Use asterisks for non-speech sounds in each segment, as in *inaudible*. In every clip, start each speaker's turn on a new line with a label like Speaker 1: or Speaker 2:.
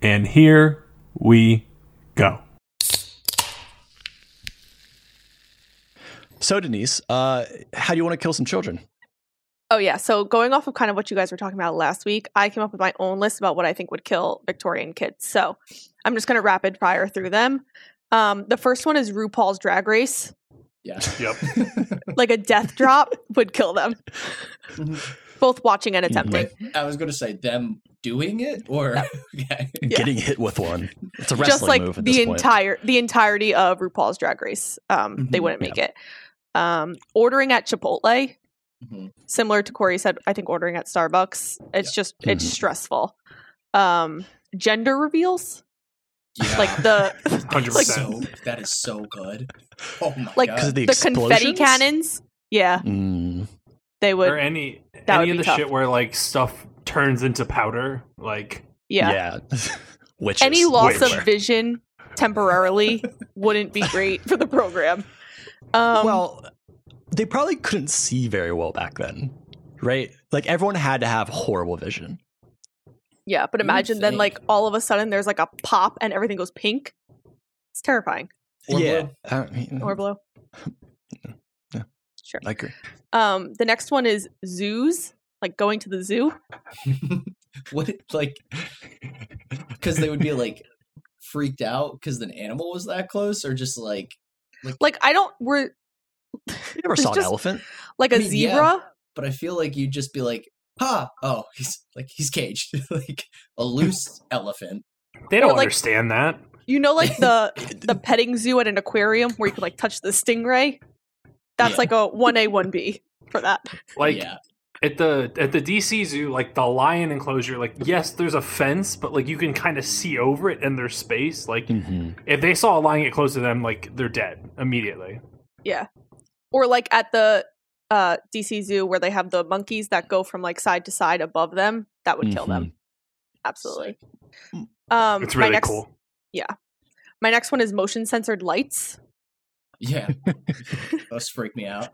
Speaker 1: And here we go.
Speaker 2: So, Denise, uh, how do you want to kill some children?
Speaker 3: Oh yeah, so going off of kind of what you guys were talking about last week, I came up with my own list about what I think would kill Victorian kids. So I'm just going to rapid fire through them. Um, the first one is RuPaul's Drag Race.
Speaker 2: Yeah.
Speaker 1: Yep.
Speaker 3: Like a death drop would kill them, both watching and attempting.
Speaker 4: Like, I was going to say them doing it or *laughs* okay.
Speaker 2: Getting hit with one. It's a wrestling
Speaker 3: Just like
Speaker 2: move at
Speaker 3: the
Speaker 2: this point.
Speaker 3: entire the entirety of RuPaul's Drag Race, um, they
Speaker 4: Mhm.
Speaker 3: wouldn't make it. Um, ordering at Chipotle,
Speaker 4: Mhm.
Speaker 3: similar to Corey said, I think ordering at Starbucks, it's just it's
Speaker 2: Mhm.
Speaker 3: stressful. Um, gender reveals.
Speaker 4: Yeah.
Speaker 3: like the *laughs*
Speaker 1: 100%.
Speaker 3: like
Speaker 4: so that is so good. Oh my
Speaker 3: Like,
Speaker 4: *laughs*
Speaker 2: Because of
Speaker 4: god.
Speaker 2: the,
Speaker 3: the confetti
Speaker 2: explosions?
Speaker 3: cannons. Yeah,
Speaker 2: Mm.
Speaker 3: they
Speaker 1: or
Speaker 3: would.
Speaker 1: any
Speaker 3: that
Speaker 1: any
Speaker 3: would
Speaker 1: of
Speaker 3: be
Speaker 1: the
Speaker 3: tough.
Speaker 1: shit where like stuff turns into powder, like
Speaker 3: Yeah,
Speaker 2: *laughs* Witches.
Speaker 3: any loss
Speaker 1: Witch.
Speaker 3: of vision
Speaker 2: *laughs*
Speaker 3: temporarily wouldn't be great for the program. Um,
Speaker 2: well, they probably couldn't see very well back then, right? Like everyone had to have horrible vision.
Speaker 3: yeah, but
Speaker 4: you would
Speaker 3: imagine then
Speaker 4: think.
Speaker 3: like all of a sudden there's like a pop and everything goes pink. It's terrifying.
Speaker 4: Or
Speaker 2: yeah,
Speaker 4: blue.
Speaker 2: I mean,
Speaker 3: Or blow.
Speaker 2: Yeah.
Speaker 3: Sure.
Speaker 2: I agree. *laughs*
Speaker 3: Um, the next one is zoos, like going to the zoo.
Speaker 4: what like because they would be like freaked out because an animal was that close or just like
Speaker 3: Like I don't, we're *laughs*
Speaker 2: You never
Speaker 3: It's
Speaker 2: saw an
Speaker 3: just-
Speaker 2: elephant.
Speaker 3: like a
Speaker 4: I mean, yeah.
Speaker 3: zebra.
Speaker 4: but I feel like you'd just be like, ha, oh, he's like he's caged. *laughs* like a loose elephant.
Speaker 1: they don't
Speaker 3: Or, like-
Speaker 1: understand that.
Speaker 3: You know, like
Speaker 4: *laughs*
Speaker 3: the the petting zoo at an aquarium where you can like touch the stingray. That's
Speaker 4: Yeah.
Speaker 3: like a one A one B for that.
Speaker 1: Like
Speaker 4: yeah.
Speaker 1: at the at the DC zoo, like the lion enclosure, like yes, there's a fence, but like you can kind of see over it and there's space. Like
Speaker 3: Hmm.
Speaker 2: Mm-hmm,
Speaker 1: if they saw a lion get close to them, like they're dead immediately.
Speaker 3: Or like at the uh, DC Zoo where they have the monkeys that go from like side to side above them. That would kill them. Absolutely.
Speaker 2: Mm-hmm. Mm.
Speaker 3: Um,
Speaker 1: It's
Speaker 3: my
Speaker 1: really
Speaker 3: next,
Speaker 1: cool.
Speaker 3: My next one is motion censored lights. *laughs*
Speaker 4: Yeah. Those freak me out.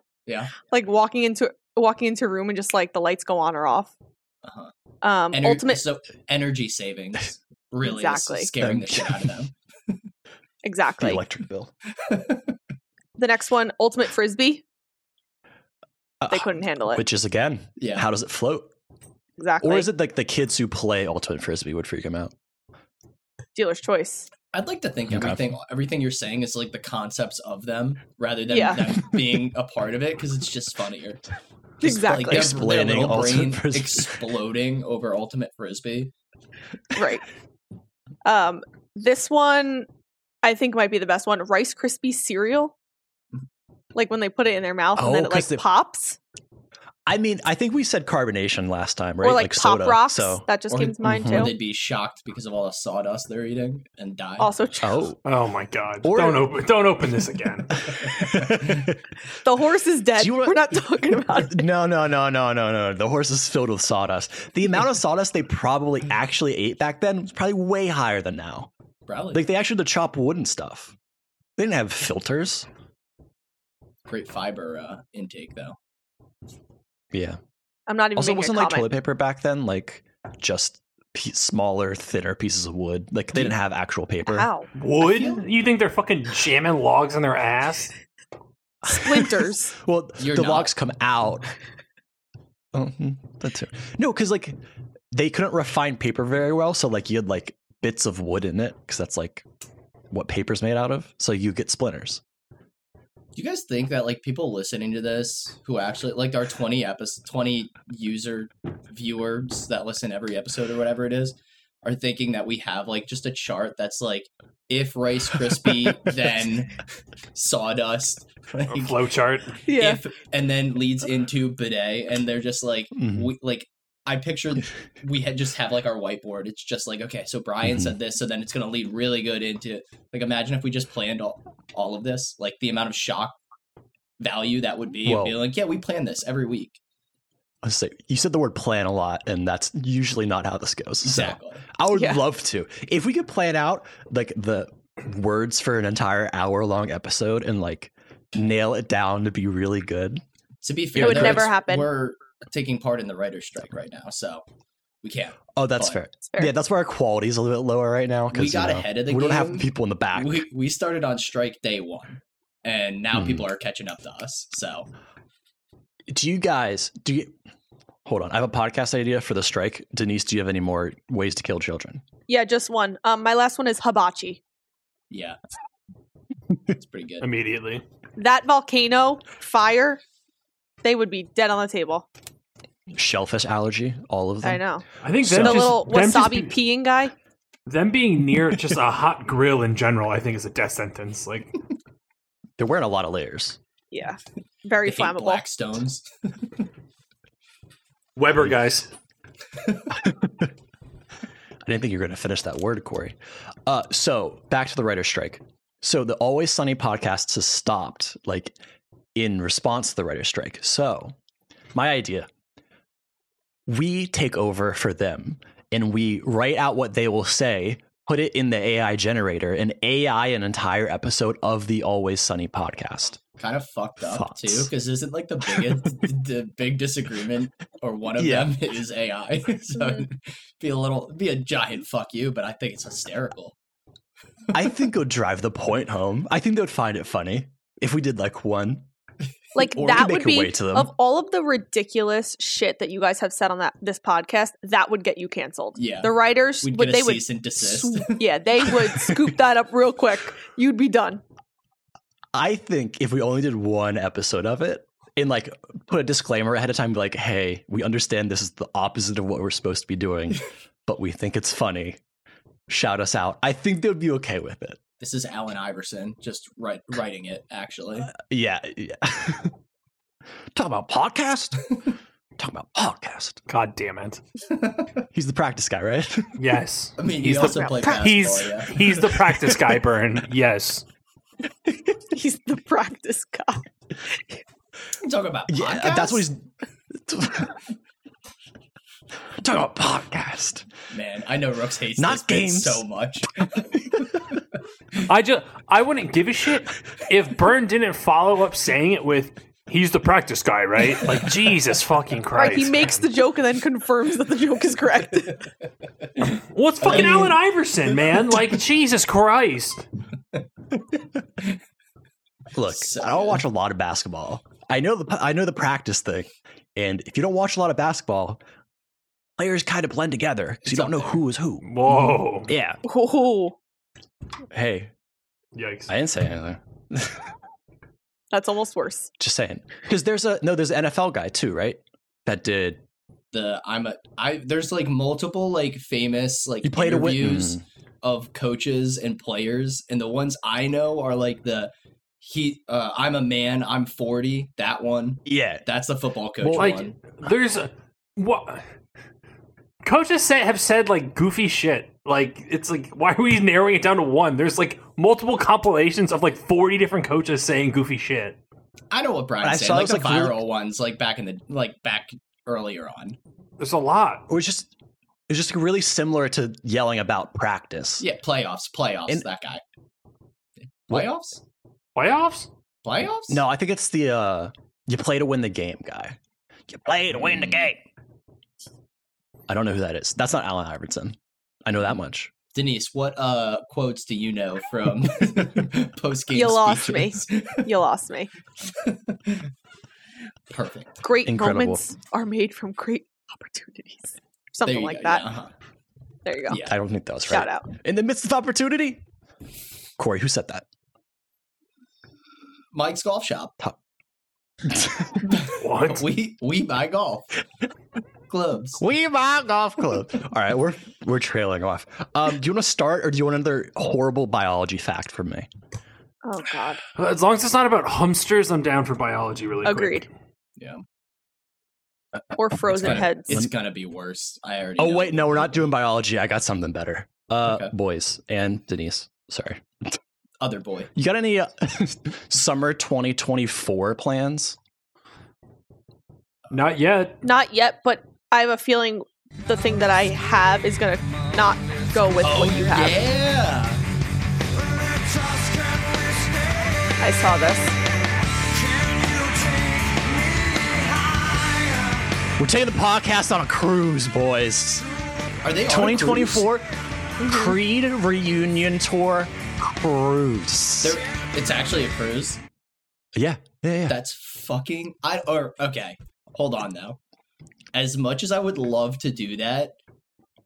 Speaker 3: Like walking into walking into a room and just like the lights go on or off.
Speaker 4: Uh-huh.
Speaker 3: Um,
Speaker 4: Ener-
Speaker 3: ultimate,
Speaker 4: so energy savings really
Speaker 3: Exactly.
Speaker 4: is scaring the shit out of them.
Speaker 2: The
Speaker 3: *laughs* exactly.
Speaker 2: electric bill.
Speaker 3: the next one, ultimate frisbee.
Speaker 2: Uh,
Speaker 3: They couldn't handle it.
Speaker 2: Which is again,
Speaker 4: Yeah.
Speaker 2: how does it float?
Speaker 3: Exactly.
Speaker 2: Or is it like the kids who play ultimate frisbee would freak them out?
Speaker 3: dealer's choice?
Speaker 4: I'd like to think
Speaker 2: Okay.
Speaker 4: everything everything you're saying is like the concepts of them rather than
Speaker 3: Yeah.
Speaker 4: them being a part of it because it's just funnier. Just,
Speaker 3: Exactly.
Speaker 4: Like, their- their
Speaker 2: Explaining
Speaker 4: little
Speaker 2: ultimate
Speaker 4: brain
Speaker 2: frisbee.
Speaker 4: exploding over ultimate frisbee.
Speaker 3: right. Um, this one I think might be the best one. Rice crispy cereal, like when they put it in their mouth and then
Speaker 2: Mm. Oh,
Speaker 3: it like
Speaker 2: 'cause they-
Speaker 3: pops,
Speaker 2: I mean, I think we said carbonation last time, right?
Speaker 3: or like, pop
Speaker 2: soda.
Speaker 3: rocks.
Speaker 2: So,
Speaker 3: That just
Speaker 4: Or-
Speaker 3: came to mind
Speaker 2: mhm.
Speaker 4: Or
Speaker 3: too.
Speaker 4: they'd be shocked because of all the sawdust they're eating and die.
Speaker 3: Also, true.
Speaker 2: *laughs* oh.
Speaker 1: Oh my god!
Speaker 2: Or-
Speaker 1: don't open don't open this again.
Speaker 3: *laughs*
Speaker 2: Oh.
Speaker 3: the horse is dead.
Speaker 2: Do you wanna-
Speaker 3: We're not talking
Speaker 2: *laughs*
Speaker 3: about it.
Speaker 2: no, no, no, no, no, no. The horse is filled with sawdust. The amount of sawdust they probably actually ate back then was probably way higher than now.
Speaker 4: Probably
Speaker 2: Like they actually had to chop wood and stuff. They didn't have filters.
Speaker 4: great fiber uh, intake though.
Speaker 2: Yeah.
Speaker 3: I'm not even.
Speaker 2: Also,
Speaker 3: making a
Speaker 2: wasn't like
Speaker 3: comment.
Speaker 2: toilet paper back then like just pe- smaller, thinner pieces of wood? Like they didn't have actual paper.
Speaker 3: Ow.
Speaker 1: Wood?
Speaker 4: feel-
Speaker 1: You think they're fucking jamming logs in their
Speaker 3: *laughs*
Speaker 1: ass?
Speaker 2: *laughs*
Speaker 3: Splinters.
Speaker 2: Well,
Speaker 4: You're
Speaker 2: the
Speaker 4: not.
Speaker 2: logs come out. Oh, hmm, that's it. No, because like they couldn't refine paper very well, so like you had like bits of wood in it because that's like what paper's made out of. So you get splinters.
Speaker 4: Do you guys think that like people listening to this who actually like our 20 episode 20 user viewers that listen every episode or whatever it is are thinking that we have like just a chart that's like if Rice Krispie then sawdust like,
Speaker 1: Or flowchart?
Speaker 3: Yeah. Uh-huh.
Speaker 4: if and then leads into bidet and they're just like
Speaker 2: Mhm.
Speaker 4: we like I picture we had just have like our whiteboard. It's just like okay, so Brian said this, so then it's gonna lead really good into like imagine if we just planned all, all of this, like the amount of shock value that would be.
Speaker 2: Well-
Speaker 4: Well, be like, yeah, we plan this every week.
Speaker 2: Let's say you said the word plan a lot, and that's usually not how this goes. So
Speaker 4: Exactly.
Speaker 2: I would
Speaker 3: Yeah.
Speaker 2: love to if we could plan out like the words for an entire hour long episode and like nail it down to be really good.
Speaker 4: To be fair,
Speaker 3: would
Speaker 4: though,
Speaker 3: never
Speaker 4: it's-
Speaker 3: happen.
Speaker 4: We're taking part in the writer's strike right now, so we We can't.
Speaker 2: Oh, that's
Speaker 4: But-
Speaker 2: fair.
Speaker 3: It's fair.
Speaker 2: Yeah, that's where our quality is a little bit lower right now. 'cause,
Speaker 4: We got
Speaker 2: you know,
Speaker 4: ahead of the
Speaker 2: We don't have
Speaker 4: game.
Speaker 2: the people in the back.
Speaker 4: We we started on strike day one, and now
Speaker 2: Hmm.
Speaker 4: people are catching up to us. So
Speaker 2: do you guys do you hold on i have a podcast idea for the strike denise do you have any more ways to kill children
Speaker 3: yeah, just one. Um, my last one is hibachi.
Speaker 2: *laughs*
Speaker 4: yeah, it's pretty good.
Speaker 1: immediately.
Speaker 3: That volcano fire, they would be dead on the table.
Speaker 2: shellfish allergy all of them
Speaker 3: I know.
Speaker 1: I think
Speaker 2: So-
Speaker 1: them
Speaker 3: the
Speaker 1: just,
Speaker 3: little
Speaker 1: them, just
Speaker 3: wasabi
Speaker 1: be-
Speaker 3: peeing guy.
Speaker 1: them being near just a hot grill in general, I think, is a death sentence. Like,
Speaker 2: they're wearing a lot of layers
Speaker 3: Yeah, very
Speaker 4: They hate
Speaker 3: flammable.
Speaker 4: black stones.
Speaker 1: *laughs* Weber guys.
Speaker 2: i didn't think you were going to finish that word corey uh, so back to the writer's strike so the always sunny podcast has stopped like in response to the writer's strike so my idea we take over for them and we write out what they will say put it in the ai generator and ai an entire episode of the always sunny podcast
Speaker 4: Kind of fucked up
Speaker 2: Thoughts.
Speaker 4: too, because isn't like the
Speaker 2: *laughs*
Speaker 4: biggest, the big disagreement or one of
Speaker 2: Yeah.
Speaker 4: them *laughs* is AI. so
Speaker 3: Mm-hmm.
Speaker 4: it'd be a little, be a giant fuck you, but I think it's hysterical.
Speaker 2: I think it would drive the point home. I think they would find it funny if we did like one.
Speaker 3: Like
Speaker 2: Or we could
Speaker 3: that would
Speaker 2: make
Speaker 3: be
Speaker 2: a way to them.
Speaker 3: of all of the ridiculous shit that you guys have said on that this podcast. That would get you canceled.
Speaker 4: Yeah,
Speaker 3: The writers
Speaker 4: we'd
Speaker 3: would
Speaker 4: get a
Speaker 3: they would
Speaker 4: cease and desist. *laughs*
Speaker 3: sw- yeah, they would scoop that up real quick. You'd be done. *laughs*
Speaker 2: I think if we only did one episode of it and like put a disclaimer ahead of time, be like, hey, we understand this is the opposite of what we're supposed to be doing, but we think it's funny. Shout us out. I think they would be okay with it.
Speaker 4: this is Alan Iverson just write, writing it. Actually,
Speaker 3: Uh,
Speaker 2: Yeah. yeah. *laughs* Talk about podcast. Talk about podcast.
Speaker 1: God damn it.
Speaker 2: He's the practice guy, right? *laughs*
Speaker 1: Yes.
Speaker 4: I mean,
Speaker 1: He's the-
Speaker 4: he also played basketball.
Speaker 1: He's
Speaker 4: Oh, yeah.
Speaker 1: he's the practice guy, Burn. Yes.
Speaker 3: He's the practice guy.
Speaker 4: Talk about
Speaker 2: Yeah, that's what
Speaker 4: podcasts?
Speaker 2: he's *laughs* talking about. Podcast.
Speaker 4: man. I know Rooks hates
Speaker 2: Not
Speaker 4: this bit
Speaker 2: games.
Speaker 4: so much. *laughs*
Speaker 1: I just I wouldn't give a shit if Burn didn't follow up saying it with he's the practice guy, right? Like Jesus fucking Christ.
Speaker 3: Right, he makes the joke and then confirms that the joke is
Speaker 4: *laughs*
Speaker 3: correct.
Speaker 1: Well, it's fucking
Speaker 4: I mean-
Speaker 1: Alan Iverson, man. Like Jesus Christ.
Speaker 3: *laughs*
Speaker 2: Look,
Speaker 4: So
Speaker 2: I don't
Speaker 4: good.
Speaker 2: watch a lot of basketball. I know the I know the practice thing, and if you don't watch a lot of basketball, players kind of blend together because
Speaker 4: It's
Speaker 2: you don't
Speaker 4: up
Speaker 2: know
Speaker 4: there.
Speaker 2: who is who.
Speaker 1: Whoa.
Speaker 2: Yeah.
Speaker 3: Ooh,
Speaker 2: Hey,
Speaker 1: Yikes.
Speaker 2: I didn't say anything.
Speaker 3: that's almost worse.
Speaker 2: Just saying, because there's a no, there's an NFL guy too, right? That did
Speaker 4: The I'm a I. There's like multiple like famous like
Speaker 2: he played a Mm-hmm. win.
Speaker 4: interviews of coaches and players, and the ones I know are like the he. Uh, I'm a man. I'm 40. That one.
Speaker 2: Yeah,
Speaker 4: That's the football coach
Speaker 2: Well,
Speaker 1: like
Speaker 4: one.
Speaker 1: there's a, what coaches say, have said like goofy shit. Like it's like why are we narrowing it down to one? There's like multiple compilations of like 40 different coaches saying goofy shit.
Speaker 4: I know what
Speaker 2: I
Speaker 4: Brian's
Speaker 2: saw
Speaker 4: saying. Like
Speaker 2: it's
Speaker 4: the
Speaker 2: like really-
Speaker 4: viral ones, like back in the like back earlier on.
Speaker 1: There's a lot.
Speaker 2: it was just it was just really similar to yelling about practice.
Speaker 4: Yeah, playoffs, playoffs.
Speaker 2: And-
Speaker 4: that guy.
Speaker 2: What?
Speaker 4: Playoffs,
Speaker 1: Playoffs?
Speaker 4: playoffs.
Speaker 2: No, I think it's the uh you play to win the game guy. You play to win the game. I don't know who that is. That's not Alan Iverson. I know that much.
Speaker 4: Denise, what uh quotes do you know
Speaker 2: *laughs*
Speaker 4: from *laughs* post game?
Speaker 3: You lost me. You lost me.
Speaker 4: Perfect.
Speaker 3: Great
Speaker 2: Incredible.
Speaker 3: moments are made from great opportunities.
Speaker 4: There
Speaker 3: Something
Speaker 4: you
Speaker 3: like
Speaker 4: go.
Speaker 3: that.
Speaker 4: Yeah, uh-huh.
Speaker 3: There you go.
Speaker 4: Yeah.
Speaker 2: I don't think that was right.
Speaker 3: Shout out.
Speaker 2: In the midst of opportunity. Corey, who said that?
Speaker 4: Mike's golf shop.
Speaker 1: What?
Speaker 4: We we buy
Speaker 2: *laughs*
Speaker 4: golf clubs.
Speaker 2: we my golf club. *laughs* All right, we're we're trailing off. Um, do you want to start or do you want another horrible biology fact from me?
Speaker 3: Oh God.
Speaker 1: As long as it's not about humsters, I'm down for biology really quick.
Speaker 3: Agreed.
Speaker 4: Yeah,
Speaker 3: Or frozen
Speaker 4: gonna-
Speaker 3: heads.
Speaker 4: it's gonna be worse. I already.
Speaker 2: Oh
Speaker 4: know.
Speaker 2: wait, no, we're not doing biology. I got something better. Uh,
Speaker 4: Okay.
Speaker 2: boys and Denise. Sorry.
Speaker 4: Other boy.
Speaker 2: You got any uh, *laughs* summer 2024 plans?
Speaker 1: Not yet.
Speaker 3: Not yet, but I have a feeling the thing that I have is gonna not go with what Oh, you have.
Speaker 4: Oh, yeah.
Speaker 3: I saw this.
Speaker 2: We're taking the podcast on a cruise, Mm-hmm. boys.
Speaker 4: Are they on a cruise?
Speaker 2: 2024 Creed reunion tour cruise.
Speaker 4: They're- it's actually a cruise.
Speaker 2: yeah, yeah, yeah.
Speaker 4: That's fucking. I or okay. Hold on though. As much as I would love to do that,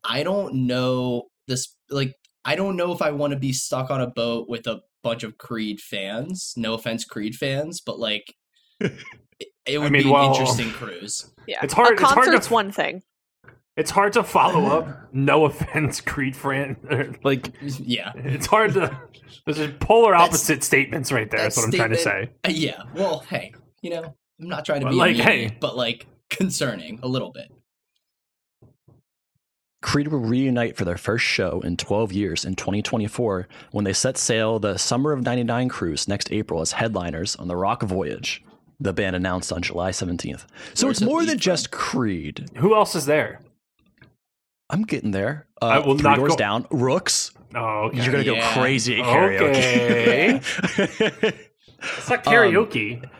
Speaker 4: I don't know this. Like, I don't know if I want to be stuck on a boat with a bunch of Creed fans. No offense, Creed fans,
Speaker 1: *laughs*
Speaker 4: but like, it, it would
Speaker 1: mean,
Speaker 4: be
Speaker 1: well-
Speaker 4: an interesting cruise. *laughs*
Speaker 3: Yeah,
Speaker 1: It's hard-
Speaker 3: A
Speaker 1: it's hard to
Speaker 3: concert's
Speaker 1: f-
Speaker 3: one thing.
Speaker 1: It's hard to follow up. No offense, Creed Fran. *laughs* like
Speaker 4: Yeah,
Speaker 1: it's hard to. Those are polar
Speaker 4: That's-
Speaker 1: opposite statements, right there. That's
Speaker 4: that
Speaker 1: what I'm trying to say.
Speaker 4: statement- uh, yeah. Well, hey, you know, I'm not trying to
Speaker 1: Well,
Speaker 4: be
Speaker 1: like,
Speaker 4: like,
Speaker 1: hey.
Speaker 4: but like concerning a little bit.
Speaker 2: Creed will reunite for their first show in 12 years in 2024 when they set sail the Summer of 99 cruise next April as headliners on the Rock Voyage, the band announced on July 17th. So
Speaker 4: Where's
Speaker 2: it's
Speaker 4: it
Speaker 2: more
Speaker 4: lead
Speaker 2: than
Speaker 4: from?
Speaker 2: just Creed.
Speaker 1: Who else is there?
Speaker 2: I'm getting there. Uh,
Speaker 1: I will
Speaker 2: Three
Speaker 1: not
Speaker 2: Doors
Speaker 1: go-
Speaker 2: Down, Rooks.
Speaker 1: Oh, okay.
Speaker 2: You're going to
Speaker 4: Yeah.
Speaker 2: go crazy at
Speaker 1: Okay.
Speaker 2: *laughs* karaoke. *laughs*
Speaker 1: it's not
Speaker 2: um,
Speaker 1: karaoke.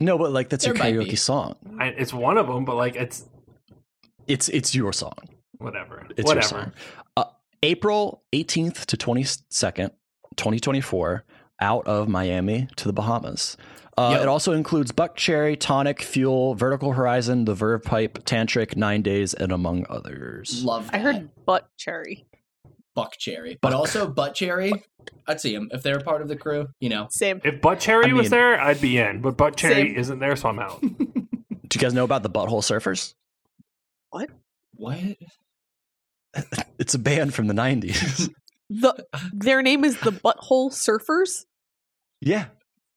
Speaker 2: no, but like that's
Speaker 4: There might
Speaker 2: your
Speaker 4: be.
Speaker 2: karaoke song.
Speaker 1: Um, I, it's one of them, but like it's
Speaker 2: It's it's your song.
Speaker 1: whatever.
Speaker 2: It's your
Speaker 1: whatever.
Speaker 2: song. Uh, April 18th to 22nd, 2024, out of Miami to the Bahamas. Uh,
Speaker 4: Yep.
Speaker 2: It also includes Buck Cherry, Tonic, Fuel, Vertical Horizon, The Verve Pipe, Tantric, Nine Days, and among others.
Speaker 4: Love.
Speaker 3: I
Speaker 4: that.
Speaker 3: heard butt cherry.
Speaker 4: buck cherry, but
Speaker 2: Buck.
Speaker 4: also butt cherry. I'd see him if they're a part of the crew. You know,
Speaker 3: Same.
Speaker 1: If Butt Cherry
Speaker 2: I
Speaker 1: was
Speaker 2: mean-
Speaker 1: there, I'd be in. But Butt Cherry
Speaker 3: Same.
Speaker 1: isn't there, so I'm out.
Speaker 2: Do you guys know about the Butthole Surfers? *laughs*
Speaker 4: what?
Speaker 2: It's a band from the *laughs* 90s.
Speaker 3: The their name is the Butthole Surfers.
Speaker 2: yeah.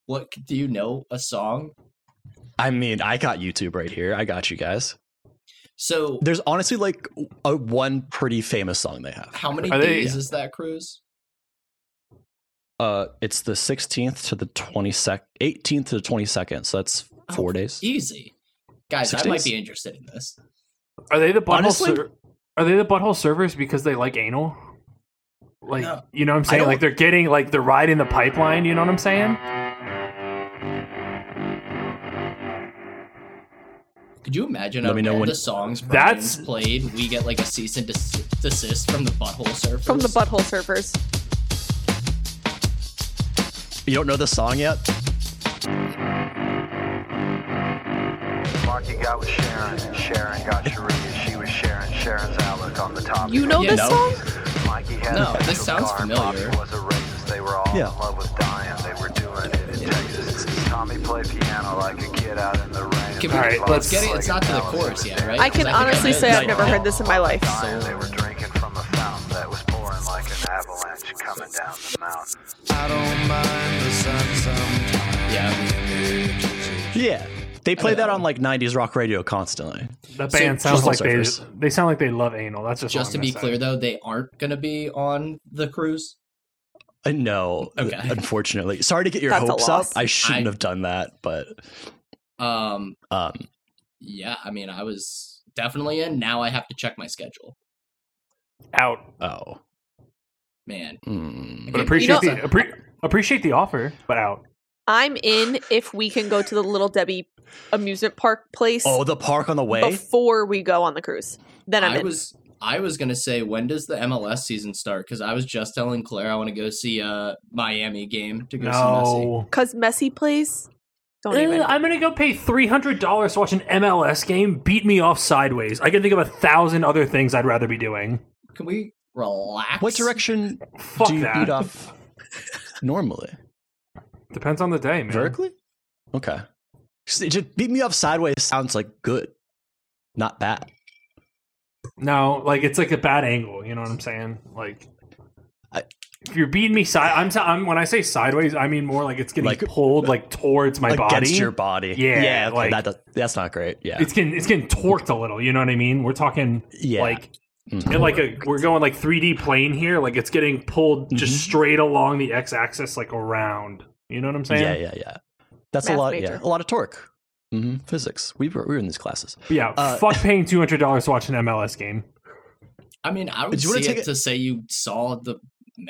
Speaker 4: What do you know? A song.
Speaker 2: I mean, I got YouTube right here. I got you guys.
Speaker 4: So
Speaker 2: There's honestly like a one pretty famous song they have.
Speaker 4: how many
Speaker 1: Are they-
Speaker 4: days is that cruise?
Speaker 2: Uh, it's the 16th to the 22nd, 18th to the 22nd. So that's four
Speaker 4: Oh,
Speaker 2: days.
Speaker 4: Easy, guys.
Speaker 2: Six
Speaker 4: I might
Speaker 2: days?
Speaker 4: be interested in this.
Speaker 1: Are they the butthole?
Speaker 2: Honestly-
Speaker 1: Ser- are they the butthole servers because they like anal? Like
Speaker 4: No.
Speaker 1: you know what I'm saying?
Speaker 2: don't-
Speaker 1: Like they're getting like they're riding the pipeline. You know what I'm saying?
Speaker 4: Could you imagine?
Speaker 2: Let
Speaker 4: a
Speaker 2: me know
Speaker 4: band
Speaker 2: when-
Speaker 4: the songs
Speaker 1: That's-
Speaker 4: that's played. We get like a cease and des- desist from the butthole surfers.
Speaker 3: From the Butthole Surfers.
Speaker 2: You don't know the song yet?
Speaker 5: Marky got with Sharon, and Sharon got Sharika. She was Sharon. Sharon's outlook on the top.
Speaker 3: You know
Speaker 4: Yeah,
Speaker 3: this
Speaker 2: no.
Speaker 3: song?
Speaker 5: Mikey had
Speaker 4: No,
Speaker 5: a
Speaker 4: this
Speaker 5: sexual
Speaker 4: sounds
Speaker 5: car and
Speaker 4: familiar.
Speaker 5: Bobby was a racist. They were all
Speaker 2: Yeah.
Speaker 5: in love with Diane. They were doing it in Texas. Tommy played piano like a kid out in the rain.
Speaker 4: Can we,
Speaker 1: All right,
Speaker 4: let's
Speaker 1: let's-
Speaker 4: get it. It's not to the chorus yet, right?
Speaker 3: I can
Speaker 4: 'Cause think
Speaker 3: honestly
Speaker 4: know
Speaker 3: say
Speaker 4: the
Speaker 3: I've never
Speaker 4: song.
Speaker 3: heard this in my life.
Speaker 5: Diane, they were drinking from a fountain that was pouring like an avalanche coming down the mountain.
Speaker 6: I don't mind the sun sometimes.
Speaker 4: Yeah.
Speaker 2: Yeah. They play
Speaker 4: know.
Speaker 2: that on like 90s rock radio constantly.
Speaker 1: That
Speaker 4: So-
Speaker 1: band sounds
Speaker 2: Butthole
Speaker 1: like they
Speaker 2: Surfers.
Speaker 1: they sound like they love anal. That's just
Speaker 4: Just to
Speaker 1: all I'm
Speaker 4: be
Speaker 1: gonna
Speaker 4: clear,
Speaker 1: say.
Speaker 4: though, they aren't going to be on the cruise.
Speaker 2: Uh, No,
Speaker 4: Okay.
Speaker 2: *laughs* unfortunately. Sorry to get your
Speaker 3: That's a
Speaker 2: hopes up.
Speaker 3: loss.
Speaker 2: I shouldn't
Speaker 4: I-
Speaker 2: have done that, but
Speaker 4: Um,
Speaker 2: um,
Speaker 4: yeah, I mean, I was definitely in. Now I have to check my schedule.
Speaker 1: out.
Speaker 2: oh.
Speaker 4: Man,
Speaker 2: Mm.
Speaker 1: But
Speaker 4: Okay,
Speaker 1: appreciate
Speaker 4: you know-
Speaker 1: the appre- appreciate the offer, but out.
Speaker 3: I'm in if we can go to the Little Debbie amusement park place
Speaker 2: Oh, the park on the way?
Speaker 3: before we go on the cruise. Then I'm
Speaker 4: I
Speaker 3: in.
Speaker 4: was I was gonna say when does the MLS season start? Because I was just telling Claire I want to go see a Miami game to go see Messi.
Speaker 1: No.
Speaker 3: Cause Messi plays. Don't even.
Speaker 1: Ugh, Eh, I'm gonna go pay three hundred dollars to watch an MLS game beat me off sideways. I can think of a thousand other things I'd rather be doing.
Speaker 4: Can we relax?
Speaker 2: What direction
Speaker 1: Fuck
Speaker 2: do you
Speaker 1: that.
Speaker 2: beat *laughs* off normally?
Speaker 1: Depends on the day, man.
Speaker 2: Vertically? Okay. Just- it Just beat me off sideways sounds like good, not bad.
Speaker 1: No, like it's like a bad angle. You know what I'm saying? Like,
Speaker 2: I-
Speaker 1: if you're beating me side, I'm, si- I'm when I say sideways, I mean more like it's getting
Speaker 2: Like-
Speaker 1: pulled like towards my
Speaker 2: Against
Speaker 1: body.
Speaker 2: your body.
Speaker 1: Yeah,
Speaker 2: Yeah. okay,
Speaker 1: like-
Speaker 2: that does- that's not great. Yeah.
Speaker 1: It's getting it's getting torqued a little. You know what I mean? We're talking
Speaker 2: yeah.
Speaker 1: like
Speaker 2: Mhm.
Speaker 1: in like a we're going like 3D plane here. Like it's getting pulled
Speaker 2: Mhm.
Speaker 1: just straight along the x-axis, like around. You know what I'm saying?
Speaker 2: Yeah, yeah, yeah. That's
Speaker 3: Math
Speaker 2: a lot.
Speaker 3: major.
Speaker 2: Yeah, a lot of torque. hmm Physics. We were, we were in these classes.
Speaker 1: Yeah,
Speaker 2: Uh,
Speaker 1: fuck paying two hundred dollars to watch an MLS game.
Speaker 4: I mean, I
Speaker 2: Do
Speaker 4: would
Speaker 2: you
Speaker 4: see
Speaker 2: wanna
Speaker 4: it
Speaker 2: take a-
Speaker 4: to say you saw the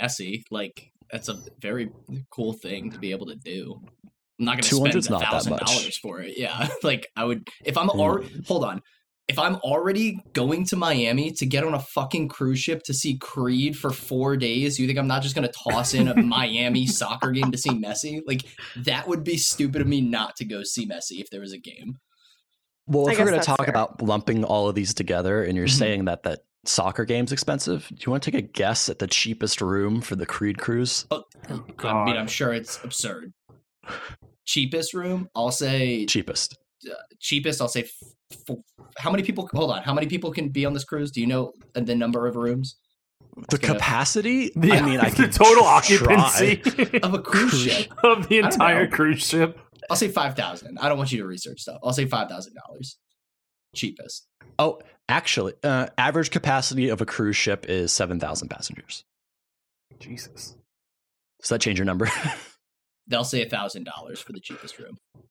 Speaker 4: Messi. Like that's a very cool thing to be able to do. I'm not going to spend
Speaker 2: 200's
Speaker 4: a
Speaker 2: not that
Speaker 4: thousand
Speaker 2: much.
Speaker 4: *laughs*
Speaker 2: Hmm.
Speaker 4: dollars for it. Yeah, like I would if I'm already. Hold on, if I'm already going to Miami to get on a fucking cruise ship to see Creed for four days, you think I'm not just going to toss
Speaker 2: *laughs*
Speaker 4: in a Miami soccer game to see Messi? Like, that would be stupid of me not to go see Messi if there was a game.
Speaker 2: Well,
Speaker 3: I
Speaker 2: if we're
Speaker 3: guess
Speaker 2: going to
Speaker 3: that's
Speaker 2: talk
Speaker 3: fair. Mm-hmm.
Speaker 2: about lumping all of these together, and you're
Speaker 4: Mhm.
Speaker 2: saying that that soccer game's expensive, do you want to take a guess at the cheapest room for the Creed cruise?
Speaker 4: I
Speaker 1: God.
Speaker 4: mean, I'm sure it's absurd. Cheapest room? I'll say
Speaker 2: Cheapest.
Speaker 4: cheapest. I'll say f- f- how many people? Hold on, how many people can be on this cruise? Do you know the number of rooms
Speaker 2: The
Speaker 3: *laughs*
Speaker 4: gonna-
Speaker 2: capacity?
Speaker 1: The,
Speaker 2: I mean,
Speaker 1: *laughs*
Speaker 2: I
Speaker 1: the
Speaker 2: could
Speaker 1: total
Speaker 2: try.
Speaker 1: occupancy
Speaker 4: of a cruise
Speaker 2: Cruise.
Speaker 4: ship?
Speaker 1: *laughs* of the
Speaker 4: don't
Speaker 1: entire
Speaker 4: know.
Speaker 1: cruise ship.
Speaker 4: I'll say five thousand. I don't want you to research stuff. I'll say five thousand dollars. Cheapest.
Speaker 2: Oh, actually, uh, average capacity of a cruise ship is 7,000 passengers.
Speaker 1: Jesus.
Speaker 2: Does that change your number? *laughs*
Speaker 4: They'll say a thousand dollars for the cheapest room.
Speaker 2: all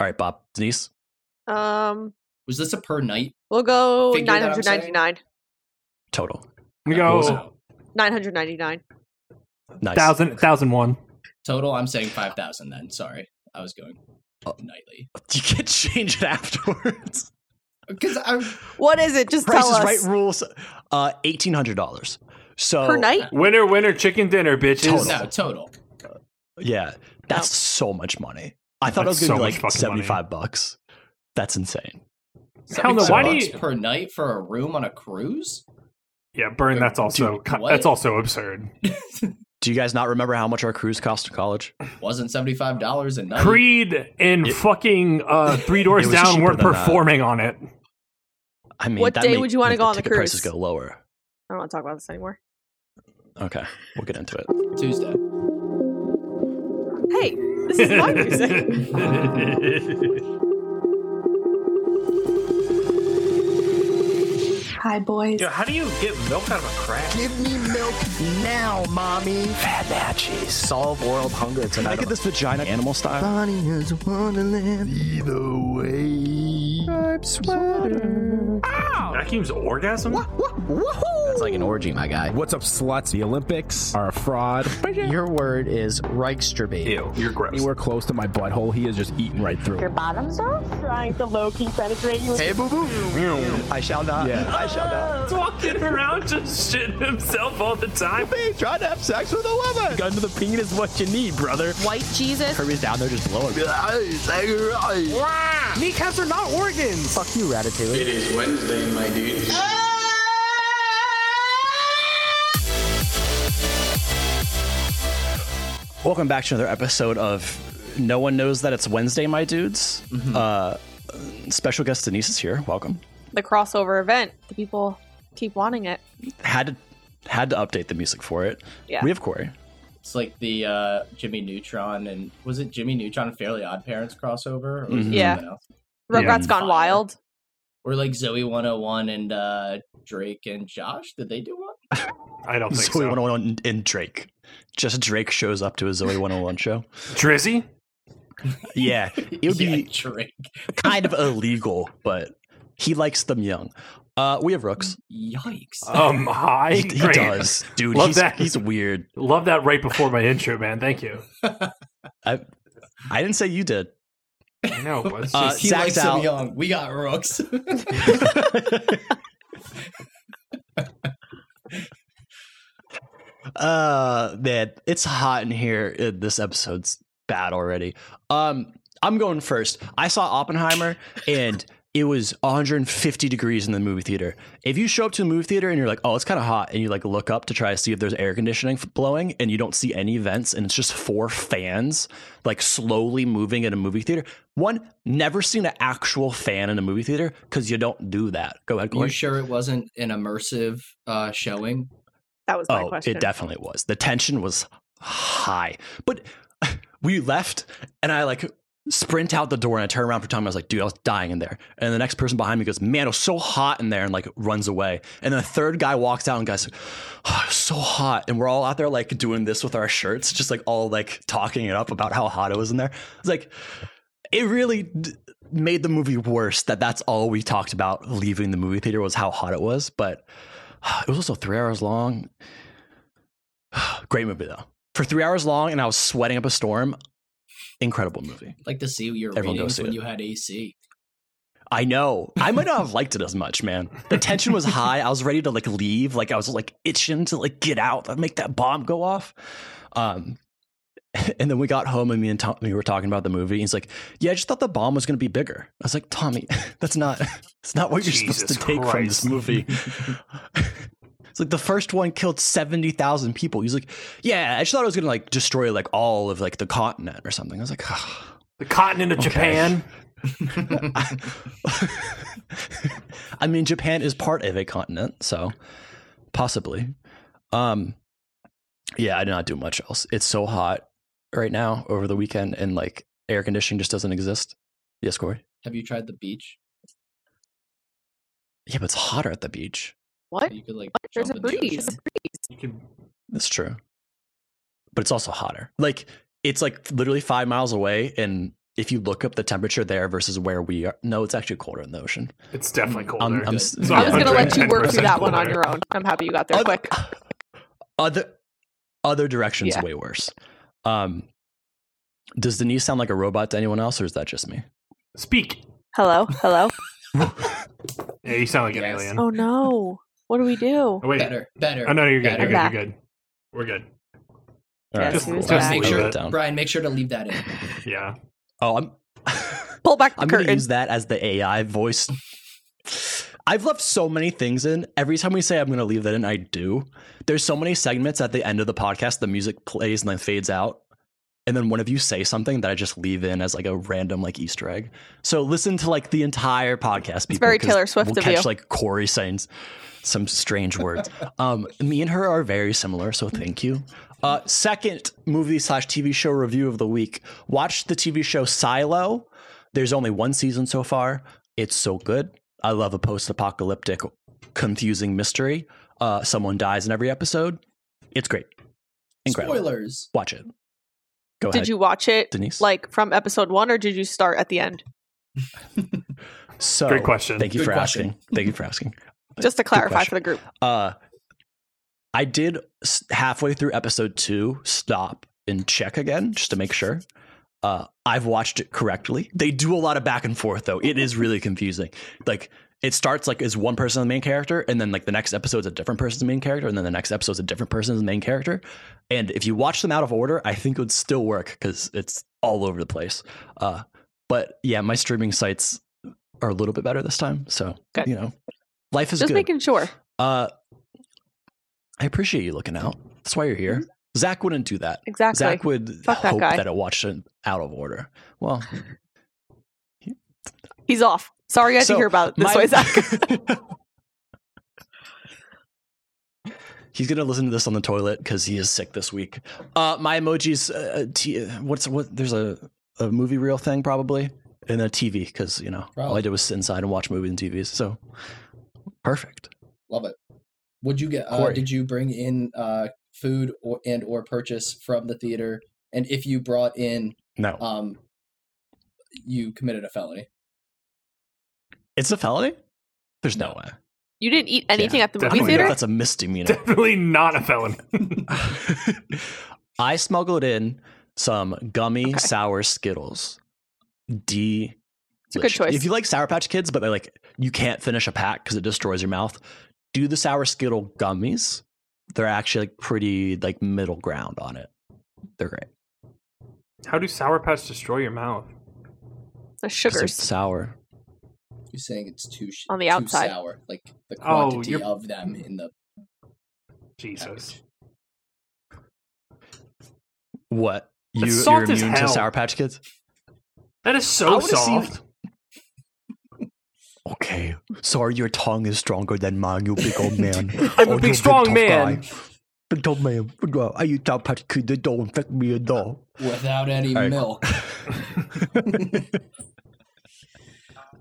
Speaker 2: right, Bob. Denise?
Speaker 3: Um,
Speaker 4: Was this a per night?
Speaker 3: we'll go
Speaker 4: Figure
Speaker 3: nine
Speaker 4: that I'm
Speaker 3: hundred
Speaker 4: saying.
Speaker 3: ninety nine.
Speaker 2: Total.
Speaker 1: We
Speaker 2: was
Speaker 1: go
Speaker 2: it?
Speaker 3: Nine hundred ninety nine.
Speaker 2: Nice.
Speaker 1: thousand thousand one.
Speaker 4: Total, I'm saying five thousand. Then sorry, I was going
Speaker 2: Oh.
Speaker 4: nightly
Speaker 2: *laughs* You can change it afterwards.
Speaker 4: because I
Speaker 3: What is it? Just
Speaker 2: Price
Speaker 3: tell
Speaker 2: is
Speaker 3: us.
Speaker 2: right rules. Uh, $1,800. So,
Speaker 3: per night.
Speaker 1: Winner, winner, chicken dinner, bitches.
Speaker 4: no total.
Speaker 2: Yeah, that's
Speaker 3: Oh.
Speaker 2: so much money. I thought
Speaker 1: That's
Speaker 2: it was
Speaker 1: so
Speaker 2: going
Speaker 1: much
Speaker 2: to be like
Speaker 1: fucking money.
Speaker 2: 75 bucks. That's insane.
Speaker 1: Hell no, why do
Speaker 4: $75
Speaker 1: you-
Speaker 4: per night for a room on a cruise?
Speaker 1: Yeah, burn. That's also
Speaker 4: Dude, what?
Speaker 1: that's also absurd.
Speaker 2: Do you guys not remember how much our cruise cost in college?
Speaker 4: Wasn't seventy five dollars a night.
Speaker 1: Creed and
Speaker 2: It-
Speaker 1: fucking uh, Three
Speaker 2: *laughs* It
Speaker 1: Doors
Speaker 2: was
Speaker 1: Down
Speaker 2: cheaper
Speaker 1: weren't
Speaker 2: than that.
Speaker 1: performing on it.
Speaker 2: I mean,
Speaker 3: What
Speaker 2: that
Speaker 3: day
Speaker 2: may
Speaker 3: would you wanna
Speaker 2: make
Speaker 3: go on the
Speaker 2: ticket Prices
Speaker 3: cruise?
Speaker 2: go lower.
Speaker 3: I don't want to talk about this anymore.
Speaker 2: Okay, we'll get into it.
Speaker 4: Tuesday.
Speaker 3: Hey,
Speaker 2: *laughs*
Speaker 3: this is my music. Hi, boys.
Speaker 1: how do you get milk out of a crack?
Speaker 6: Give me milk now, mommy. Fat matches. Solve world hunger
Speaker 2: Can I get this vagina animal style?
Speaker 6: Bonnie has Wonderland. Either way. I'm sweater.
Speaker 1: Vacuum's orgasm.
Speaker 7: That's like an orgy, my guy.
Speaker 8: What's up, sluts? The Olympics are a fraud.
Speaker 7: Your word is Reichstrabe.
Speaker 1: Ew, you're gross.
Speaker 8: Anywhere close to my butthole, he is just eating right through.
Speaker 9: your bottoms off, trying to low key penetrate you.
Speaker 7: Hey, boo boo. I shall not.
Speaker 8: Yeah.
Speaker 7: I shall not.
Speaker 1: He's walking around just shitting himself all the time.
Speaker 7: Hey, try to have sex with a woman.
Speaker 8: Gun to the penis, what you need, brother.
Speaker 9: White Jesus.
Speaker 7: Kirby's down there just blowing.
Speaker 8: Kneecaps are not organs.
Speaker 7: Fuck you, Ratatouille.
Speaker 2: Welcome back to another episode of No One Knows That It's Wednesday, my dudes.
Speaker 1: Mm-hmm.
Speaker 2: Uh, special guest Denise is here. Welcome.
Speaker 3: The crossover event. The people keep wanting it.
Speaker 2: Had to had to update the music for it.
Speaker 3: Yeah.
Speaker 2: We have Corey.
Speaker 4: It's like the uh, Jimmy Neutron and was it Jimmy Neutron and Fairly Odd Parents crossover? Or was
Speaker 2: Mhm.
Speaker 4: it
Speaker 3: Yeah.
Speaker 4: something else?
Speaker 3: Rugrats
Speaker 4: Yeah.
Speaker 3: Gone Wild.
Speaker 4: Or like Zoe 101 and uh, Drake and Josh? Did they do one?
Speaker 1: I don't think
Speaker 2: Zoe
Speaker 1: so.
Speaker 2: 101 and Drake. Just Drake shows up to a Zoe 101 show.
Speaker 1: Drizzy.
Speaker 2: Yeah, it would
Speaker 4: *laughs* Yeah,
Speaker 2: be
Speaker 4: Drake.
Speaker 2: kind of illegal, but he likes them young. Uh, we have Rooks.
Speaker 4: Yikes.
Speaker 2: Uh,
Speaker 1: Um, hi.
Speaker 2: He, he
Speaker 1: Great.
Speaker 2: does, dude.
Speaker 1: Love
Speaker 2: he's,
Speaker 1: that.
Speaker 2: he's weird.
Speaker 1: Love that right before my intro, man. Thank you.
Speaker 2: I didn't say you did.
Speaker 1: I know, but it's
Speaker 2: Uh,
Speaker 1: just-
Speaker 4: he
Speaker 2: Zach
Speaker 4: likes
Speaker 2: Dal-
Speaker 4: him young. We got rooks. *laughs*
Speaker 2: uh, man, it's hot in here. Uh, This episode's bad already. Um, I'm going first. I saw Oppenheimer, and it was 150 degrees in the movie theater. If you show up to the movie theater and you're like, "Oh, it's kind of hot," and you like look up to try to see if there's air conditioning f- blowing, and you don't see any vents, and it's just four fans like slowly moving in a movie theater. One, never seen an actual fan in a movie theater because you don't do that. Go ahead,
Speaker 4: you
Speaker 2: Corey.
Speaker 4: sure it wasn't an immersive uh, showing?
Speaker 3: That was my
Speaker 2: Oh,
Speaker 3: question.
Speaker 2: it definitely was. The tension was high. But *laughs* we left and I like sprint out the door and I turn around for Tom. I was like, dude, I was dying in there. And the next person behind me goes, man, it was so hot in there and like runs away. And then a third guy walks out and guys, oh, it was so hot. And we're all out there like doing this with our shirts, just like all like talking it up about how hot it was in there. It's like, it really d- made the movie worse that that's all we talked about leaving the movie theater was how hot it was. But *sighs* it was also three hours long. *gasps* Great movie though. For three hours long, and I was sweating up a storm. Incredible movie.
Speaker 4: I'd like to see your
Speaker 2: Everyone go
Speaker 4: ratings
Speaker 2: see
Speaker 4: when
Speaker 2: it.
Speaker 4: you had AC.
Speaker 2: I know. I might not have liked it as much, man. The tension was high. I was ready to like leave. Like I was like itching to like get out and make that bomb go off. Um, *laughs* and then we got home and me and Tommy were talking about the movie. And he's like, "Yeah, I just thought the bomb was going to be bigger." I was like, "Tommy, *laughs* that's not that's not what you're supposed
Speaker 1: Jesus
Speaker 2: to take from this
Speaker 1: Christ. *laughs*
Speaker 2: movie." it's like the first one killed seventy thousand people. He's like, "Yeah, I just thought it was going to like destroy like all of like the continent or something." I was like,
Speaker 1: The continent of
Speaker 2: Okay.
Speaker 1: Japan.
Speaker 2: *laughs* I mean, Japan is part of a continent, so possibly. Um, yeah, I did not do much else. It's so hot right now over the weekend, and like air conditioning just doesn't exist. Yes, Corey.
Speaker 4: Have you tried the beach?
Speaker 2: Yeah, but it's hotter at the beach.
Speaker 3: What?
Speaker 4: You could like
Speaker 3: There's a
Speaker 4: jump in the ocean.
Speaker 3: breeze.
Speaker 1: You can
Speaker 2: That's true, but it's also hotter. Like it's like literally five miles away, and if you look up the temperature there versus where we are, no, it's actually colder in the ocean.
Speaker 1: It's definitely colder.
Speaker 2: I'm- I'm s-
Speaker 1: It's
Speaker 2: I
Speaker 3: I was gonna let you work
Speaker 1: 110%
Speaker 3: through that one on
Speaker 1: colder.
Speaker 3: your own. I'm happy you got there
Speaker 2: Other- *laughs*
Speaker 3: quick.
Speaker 2: Other other directions
Speaker 3: Yeah.
Speaker 2: way worse. Um, does Denise sound like a robot to anyone else, or is that just me?
Speaker 1: Speak.
Speaker 3: Hello, hello.
Speaker 1: Yeah, you sound like an
Speaker 4: Yes.
Speaker 1: alien.
Speaker 3: Oh no, what do we do?
Speaker 1: Oh, Wait.
Speaker 4: Better, better.
Speaker 1: Oh no, you're good.
Speaker 4: better.
Speaker 1: You're good. You're
Speaker 3: Back.
Speaker 1: good. We're good.
Speaker 2: All
Speaker 3: Yes,
Speaker 2: right.
Speaker 1: Just-
Speaker 3: he was
Speaker 1: just
Speaker 3: back.
Speaker 4: make
Speaker 1: leave
Speaker 4: sure-
Speaker 1: it.
Speaker 2: down.
Speaker 4: Brian, make sure to leave that in.
Speaker 1: Yeah. *laughs*
Speaker 2: Oh, I'm. *laughs*
Speaker 3: Pull back the
Speaker 2: I'm going to
Speaker 3: curtain.
Speaker 2: use that as the AI voice. I've left so many things in. Every time we say I'm going to leave that in, I do. There's so many segments at the end of the podcast. The music plays and then fades out, and then one of you say something that I just leave in as like a random like Easter egg. So listen to like the entire podcast. people,
Speaker 3: very
Speaker 2: 'cause
Speaker 3: Taylor Swift
Speaker 2: We'll
Speaker 3: of
Speaker 2: catch
Speaker 3: you.
Speaker 2: like Corey saying s- some strange
Speaker 3: *laughs*
Speaker 2: words. um, me and her are very similar, so thank you. Uh, second movie slash TV show review of the week. Watch the TV show Silo. There's only one season so far. It's so good. I love a post apocalyptic, confusing mystery. Uh, someone dies in every episode. It's great. Incredible.
Speaker 4: Spoilers.
Speaker 2: Watch it. Go ahead,
Speaker 3: Did you watch it
Speaker 2: Denise.
Speaker 3: like from episode one, or did you start at the end?
Speaker 2: so,
Speaker 1: Great question.
Speaker 2: Thank you
Speaker 4: Good
Speaker 2: for
Speaker 4: question.
Speaker 2: asking. Thank you for asking.
Speaker 3: Just to clarify
Speaker 2: question.
Speaker 3: for the group.
Speaker 2: Uh, I did s- halfway through episode two stop and check again just to make sure. Uh, I've watched it correctly. They do a lot of back and forth though. It is really confusing. Like it starts like is one person the main character, and then like the next episode's a different person's main character, and then the next episode's a different person's main character. And if you watch them out of order, I think it would still work because it's all over the place. Uh, but yeah, my streaming sites are a little bit better this time. So
Speaker 3: Good.
Speaker 2: you know, life is
Speaker 3: Just
Speaker 2: good.
Speaker 3: making sure.
Speaker 2: Uh, I appreciate you looking out. That's why you're here. Zach wouldn't do that.
Speaker 3: Exactly.
Speaker 2: Zach would
Speaker 3: Mm-hmm. Fuck that
Speaker 2: hope
Speaker 3: guy.
Speaker 2: that, it watched it out of order. Well,
Speaker 3: He's off. Sorry I had
Speaker 2: So,
Speaker 3: to hear about it *laughs* this way, *laughs* Zach.
Speaker 2: *laughs* He's gonna listen to this on the toilet because he is sick this week. Uh, my emojis. Uh, t- uh, what's what? There's a, a movie reel thing probably, and a TV because you know all I
Speaker 4: Probably.
Speaker 2: did was sit inside and watch movies and TVs. So perfect.
Speaker 4: Love it. Would you get? Uh,
Speaker 2: Corey.
Speaker 4: did you bring in uh, food or and or purchase from the theater? And if you brought in,
Speaker 2: No,
Speaker 3: Uh
Speaker 4: um, you committed a felony.
Speaker 2: it's a felony. There's no, way.
Speaker 3: You didn't eat anything at the movie
Speaker 2: Oh my
Speaker 1: definitely
Speaker 2: God,
Speaker 3: theater?
Speaker 2: that's a misdemeanor.
Speaker 1: Definitely not a felon.
Speaker 2: *laughs* I smuggled in some gummy sour Skittles. D.
Speaker 3: It's a good choice.
Speaker 2: If you like Sour Patch Kids, but they're like you can't finish a pack because it destroys your mouth, do the sour Skittle gummies. They're actually like pretty like middle ground on it. They're great.
Speaker 1: How do Sour Patch destroy your mouth?
Speaker 3: the
Speaker 2: 'cause they're
Speaker 3: sugars.
Speaker 2: sour.
Speaker 4: You're saying it's too sh-
Speaker 3: On the
Speaker 4: too
Speaker 3: outside.
Speaker 4: sour, like the
Speaker 1: Oh,
Speaker 4: quantity
Speaker 1: you're-
Speaker 4: of them in the
Speaker 1: Jesus.
Speaker 2: What? You,
Speaker 1: That's
Speaker 2: you're
Speaker 1: soft as
Speaker 2: immune to
Speaker 1: hell.
Speaker 2: Sour Patch Kids?
Speaker 1: That is
Speaker 2: I
Speaker 1: so
Speaker 2: would've seen-
Speaker 1: soft.
Speaker 2: Okay. Sorry, your tongue is stronger than mine, you big old man.
Speaker 1: *laughs* I'm
Speaker 2: Oh,
Speaker 1: a
Speaker 2: you're
Speaker 1: big strong
Speaker 2: tough
Speaker 1: man.
Speaker 2: guy. Big old man. Well, I eat Sour Patch Kids. They don't infect me at all.
Speaker 4: without any
Speaker 2: All right. *laughs*
Speaker 4: milk.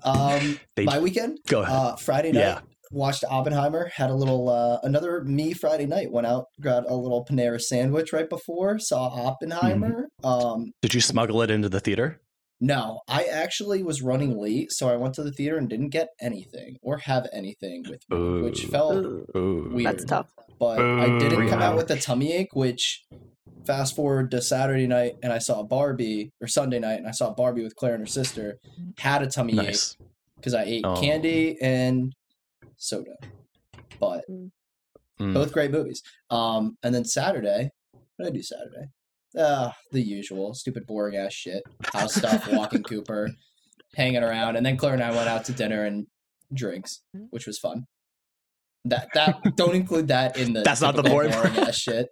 Speaker 4: Um,
Speaker 2: They-
Speaker 4: my weekend,
Speaker 2: Go ahead.
Speaker 4: uh, Friday night,
Speaker 2: Yeah.
Speaker 4: watched Oppenheimer. Had a little uh, another me Friday night. Went out, got a little Panera sandwich right before. Saw Oppenheimer.
Speaker 2: Mm-hmm.
Speaker 4: Um,
Speaker 2: Did you smuggle it into the theater?
Speaker 4: no, I actually was running late, so I went to the theater and didn't get anything or have anything
Speaker 2: Mm.
Speaker 4: with me, which felt
Speaker 3: Ooh,
Speaker 2: Ooh.
Speaker 4: weird.
Speaker 3: that's tough.
Speaker 4: but I didn't
Speaker 1: Boo.
Speaker 4: come out with a tummy ache, which fast forward to Saturday night and I saw Barbie or Sunday night and I saw Barbie with Claire and her sister, had a tummy ache,
Speaker 2: Nice.
Speaker 4: because I ate
Speaker 2: Oh.
Speaker 4: candy and soda. But
Speaker 2: Mm.
Speaker 4: both great movies. Um, and then Saturday, what did I do Saturday? Uh, the usual stupid, boring ass shit. House stuff,
Speaker 2: *laughs*
Speaker 4: walking Cooper, hanging around, and then Claire and I went out to dinner and drinks, which was fun. That that don't include that in the
Speaker 2: That's not the
Speaker 4: typical
Speaker 2: boring part. Mm.
Speaker 4: boring
Speaker 2: *laughs*
Speaker 4: ass shit.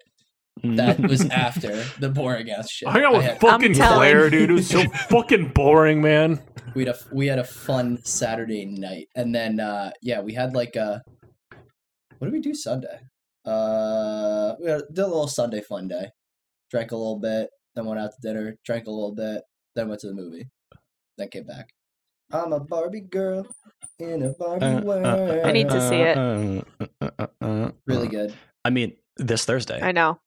Speaker 4: That was after the boring ass shit.
Speaker 1: I hung out
Speaker 4: I
Speaker 1: with
Speaker 4: had-
Speaker 1: fucking
Speaker 3: I'm telling
Speaker 1: Claire, dude. It was so fucking boring, man.
Speaker 4: we had a we had a fun Saturday night, and then uh yeah, we had like a what did we do Sunday? Uh, we had, did a little Sunday fun day. Drank a little bit, then went out to dinner. Drank a little bit, then went to the movie. Then came back. I'm a Barbie girl in a
Speaker 2: Uh,
Speaker 4: Barbie world.
Speaker 3: Uh, I need to see it.
Speaker 2: it.
Speaker 4: really good.
Speaker 2: uh, I mean, this Thursday.
Speaker 3: I know.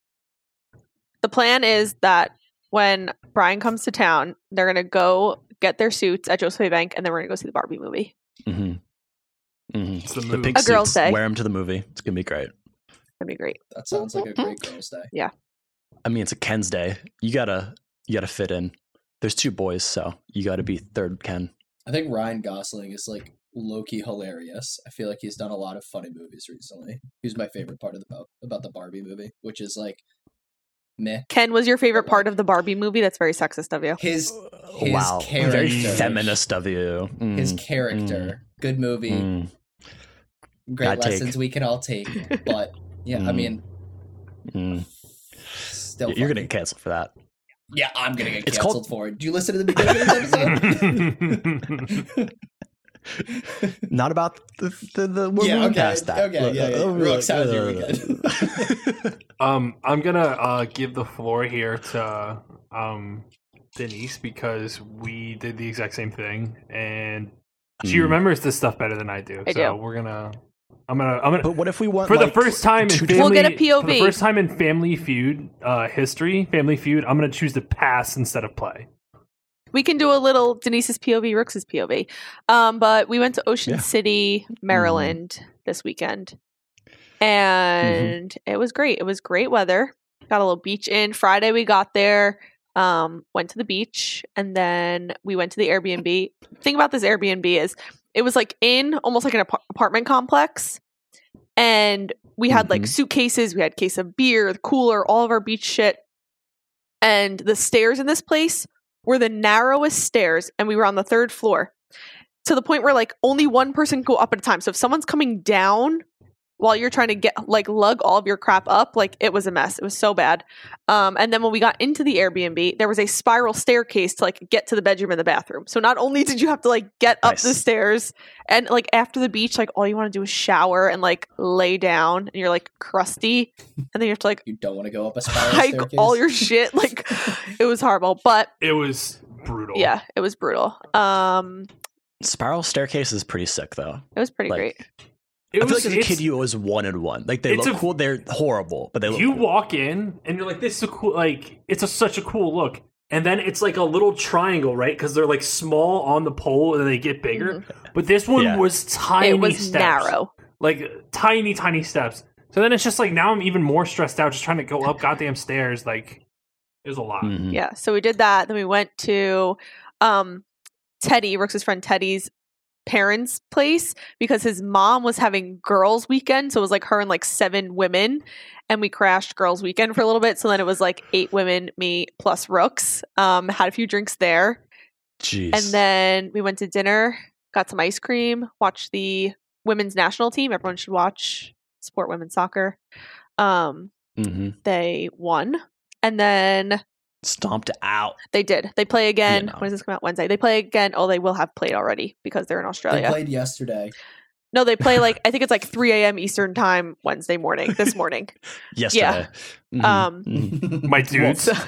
Speaker 3: The plan is that when Brian comes to town, they're gonna go get their suits at Joseph A. Bank, and then we're gonna go see the Barbie movie.
Speaker 2: hmm hmm
Speaker 1: It's the
Speaker 2: The
Speaker 1: movie.
Speaker 2: big
Speaker 3: A girl's
Speaker 2: suits,
Speaker 3: day.
Speaker 2: Wear them to the movie. It's gonna be great.
Speaker 3: That'd be great.
Speaker 4: That sounds like a great girls' day.
Speaker 2: I mean, it's a Ken's day. You gotta, you gotta fit in. There's two boys, so you gotta be third Ken.
Speaker 4: I think Ryan Gosling is like Loki hilarious. I feel like he's done a lot of funny movies recently. He's my favorite part of the about, about the Barbie movie, which is like meh.
Speaker 3: Ken was your favorite part of the Barbie movie. That's very sexist of you.
Speaker 4: His his
Speaker 2: wow,
Speaker 4: character,
Speaker 2: very feminist of you. Mm,
Speaker 4: His character, good movie,
Speaker 2: mm,
Speaker 4: great
Speaker 2: bad take.
Speaker 4: lessons we can all take. But yeah, I
Speaker 2: Mm.
Speaker 4: mean,
Speaker 2: mm.
Speaker 4: still
Speaker 2: You're
Speaker 4: funny.
Speaker 2: gonna get canceled for that.
Speaker 4: yeah, I'm gonna get
Speaker 2: It's
Speaker 4: canceled
Speaker 2: called-
Speaker 4: for it. Do you listen to the beginning of this episode?
Speaker 2: Not about the the, the *laughs* we're
Speaker 4: *laughs* Yeah,
Speaker 2: moving
Speaker 4: okay,
Speaker 2: past that.
Speaker 4: okay, yeah, yeah.
Speaker 2: Uh, uh,
Speaker 4: Relax,
Speaker 2: uh,
Speaker 4: how's your weekend?
Speaker 1: *laughs*
Speaker 2: *laughs*
Speaker 1: um, I'm gonna uh, give the floor here to um, Denise because we did the exact same thing, and she
Speaker 2: Mm.
Speaker 1: remembers this stuff better than I do.
Speaker 3: I
Speaker 1: so
Speaker 3: do.
Speaker 1: we're gonna, I'm gonna, I'm gonna.
Speaker 2: *laughs* But what if we want
Speaker 1: For the
Speaker 2: like,
Speaker 1: first time in
Speaker 2: two
Speaker 1: family,
Speaker 3: We'll get a
Speaker 1: for the
Speaker 3: POV.
Speaker 1: first time in Family Feud uh, history, Family Feud, I'm gonna choose to pass instead of play.
Speaker 3: We can do a little Denise's POV, Rook's POV. Um, but we went to Ocean
Speaker 2: Yeah.
Speaker 3: City, Maryland this weekend. And it was great. It was great weather. Got a little beach in. Friday we got there, um, went to the beach, and then we went to the Airbnb. Thing about this Airbnb is it was like in almost like an ap- apartment complex. And we had like
Speaker 2: Mhm.
Speaker 3: suitcases, we had case of beer, the cooler, all of our beach shit. And the stairs in this place were the narrowest stairs and we were on the third floor to the point where like only one person could go up at a time so if someone's coming down while you're trying to get like lug all of your crap up like it was a mess it was so bad um, and then when we got into the airbnb there was a spiral staircase to like get to the bedroom and the bathroom so not only did you have to like get up the
Speaker 2: Nice.
Speaker 3: stairs and like after the beach like all you want to do is shower and like lay down and you're like crusty and then you have to like
Speaker 4: you don't want to go up a spiral
Speaker 3: hike
Speaker 4: staircase.
Speaker 3: all your shit *laughs* like it was horrible but
Speaker 1: It was brutal.
Speaker 3: yeah it was brutal um
Speaker 2: spiral staircase is pretty sick though.
Speaker 3: it was pretty
Speaker 2: Like,
Speaker 3: great
Speaker 1: it
Speaker 2: I feel
Speaker 1: was.
Speaker 2: like as a
Speaker 1: it's-
Speaker 2: kid you always wanted one. Like they
Speaker 1: it's
Speaker 2: look
Speaker 1: a-
Speaker 2: cool, they're horrible, but they look
Speaker 1: you
Speaker 2: cool.
Speaker 1: walk in and you're like this is a cool like it's a, such a cool look and then it's like a little triangle right because they're like small on the pole and then they get bigger but this one
Speaker 2: Yeah.
Speaker 1: was tiny
Speaker 3: Mm-hmm. it was
Speaker 1: steps.
Speaker 3: narrow
Speaker 1: like tiny tiny steps so then it's just like now i'm even more stressed out just trying to go up goddamn stairs like it was a lot
Speaker 2: Mhm.
Speaker 3: yeah so we did that then we went to um teddy Rooks' friend teddy's parents place because his mom was having girls weekend so it was like her and like seven women and we crashed girls weekend for a little bit so then it was like eight women me plus rooks um had a few drinks there
Speaker 2: Jeez.
Speaker 3: And then we went to dinner, got some ice cream, watched the women's national team. Everyone should watch support women's soccer. Um,
Speaker 2: Mhm.
Speaker 3: they won. And then
Speaker 2: stomped out.
Speaker 3: they did. They play again.
Speaker 2: Vietnam.
Speaker 3: When does this come out? Wednesday. They play again. Oh, they will have played already because they're in
Speaker 4: They
Speaker 3: Australia.
Speaker 4: played yesterday.
Speaker 3: no, they play like I think it's like 3 a.m. Eastern time Wednesday morning. This morning.
Speaker 2: Yesterday. Mhm.
Speaker 3: Um,
Speaker 2: Mhm.
Speaker 4: *laughs*
Speaker 1: my dudes
Speaker 2: *laughs*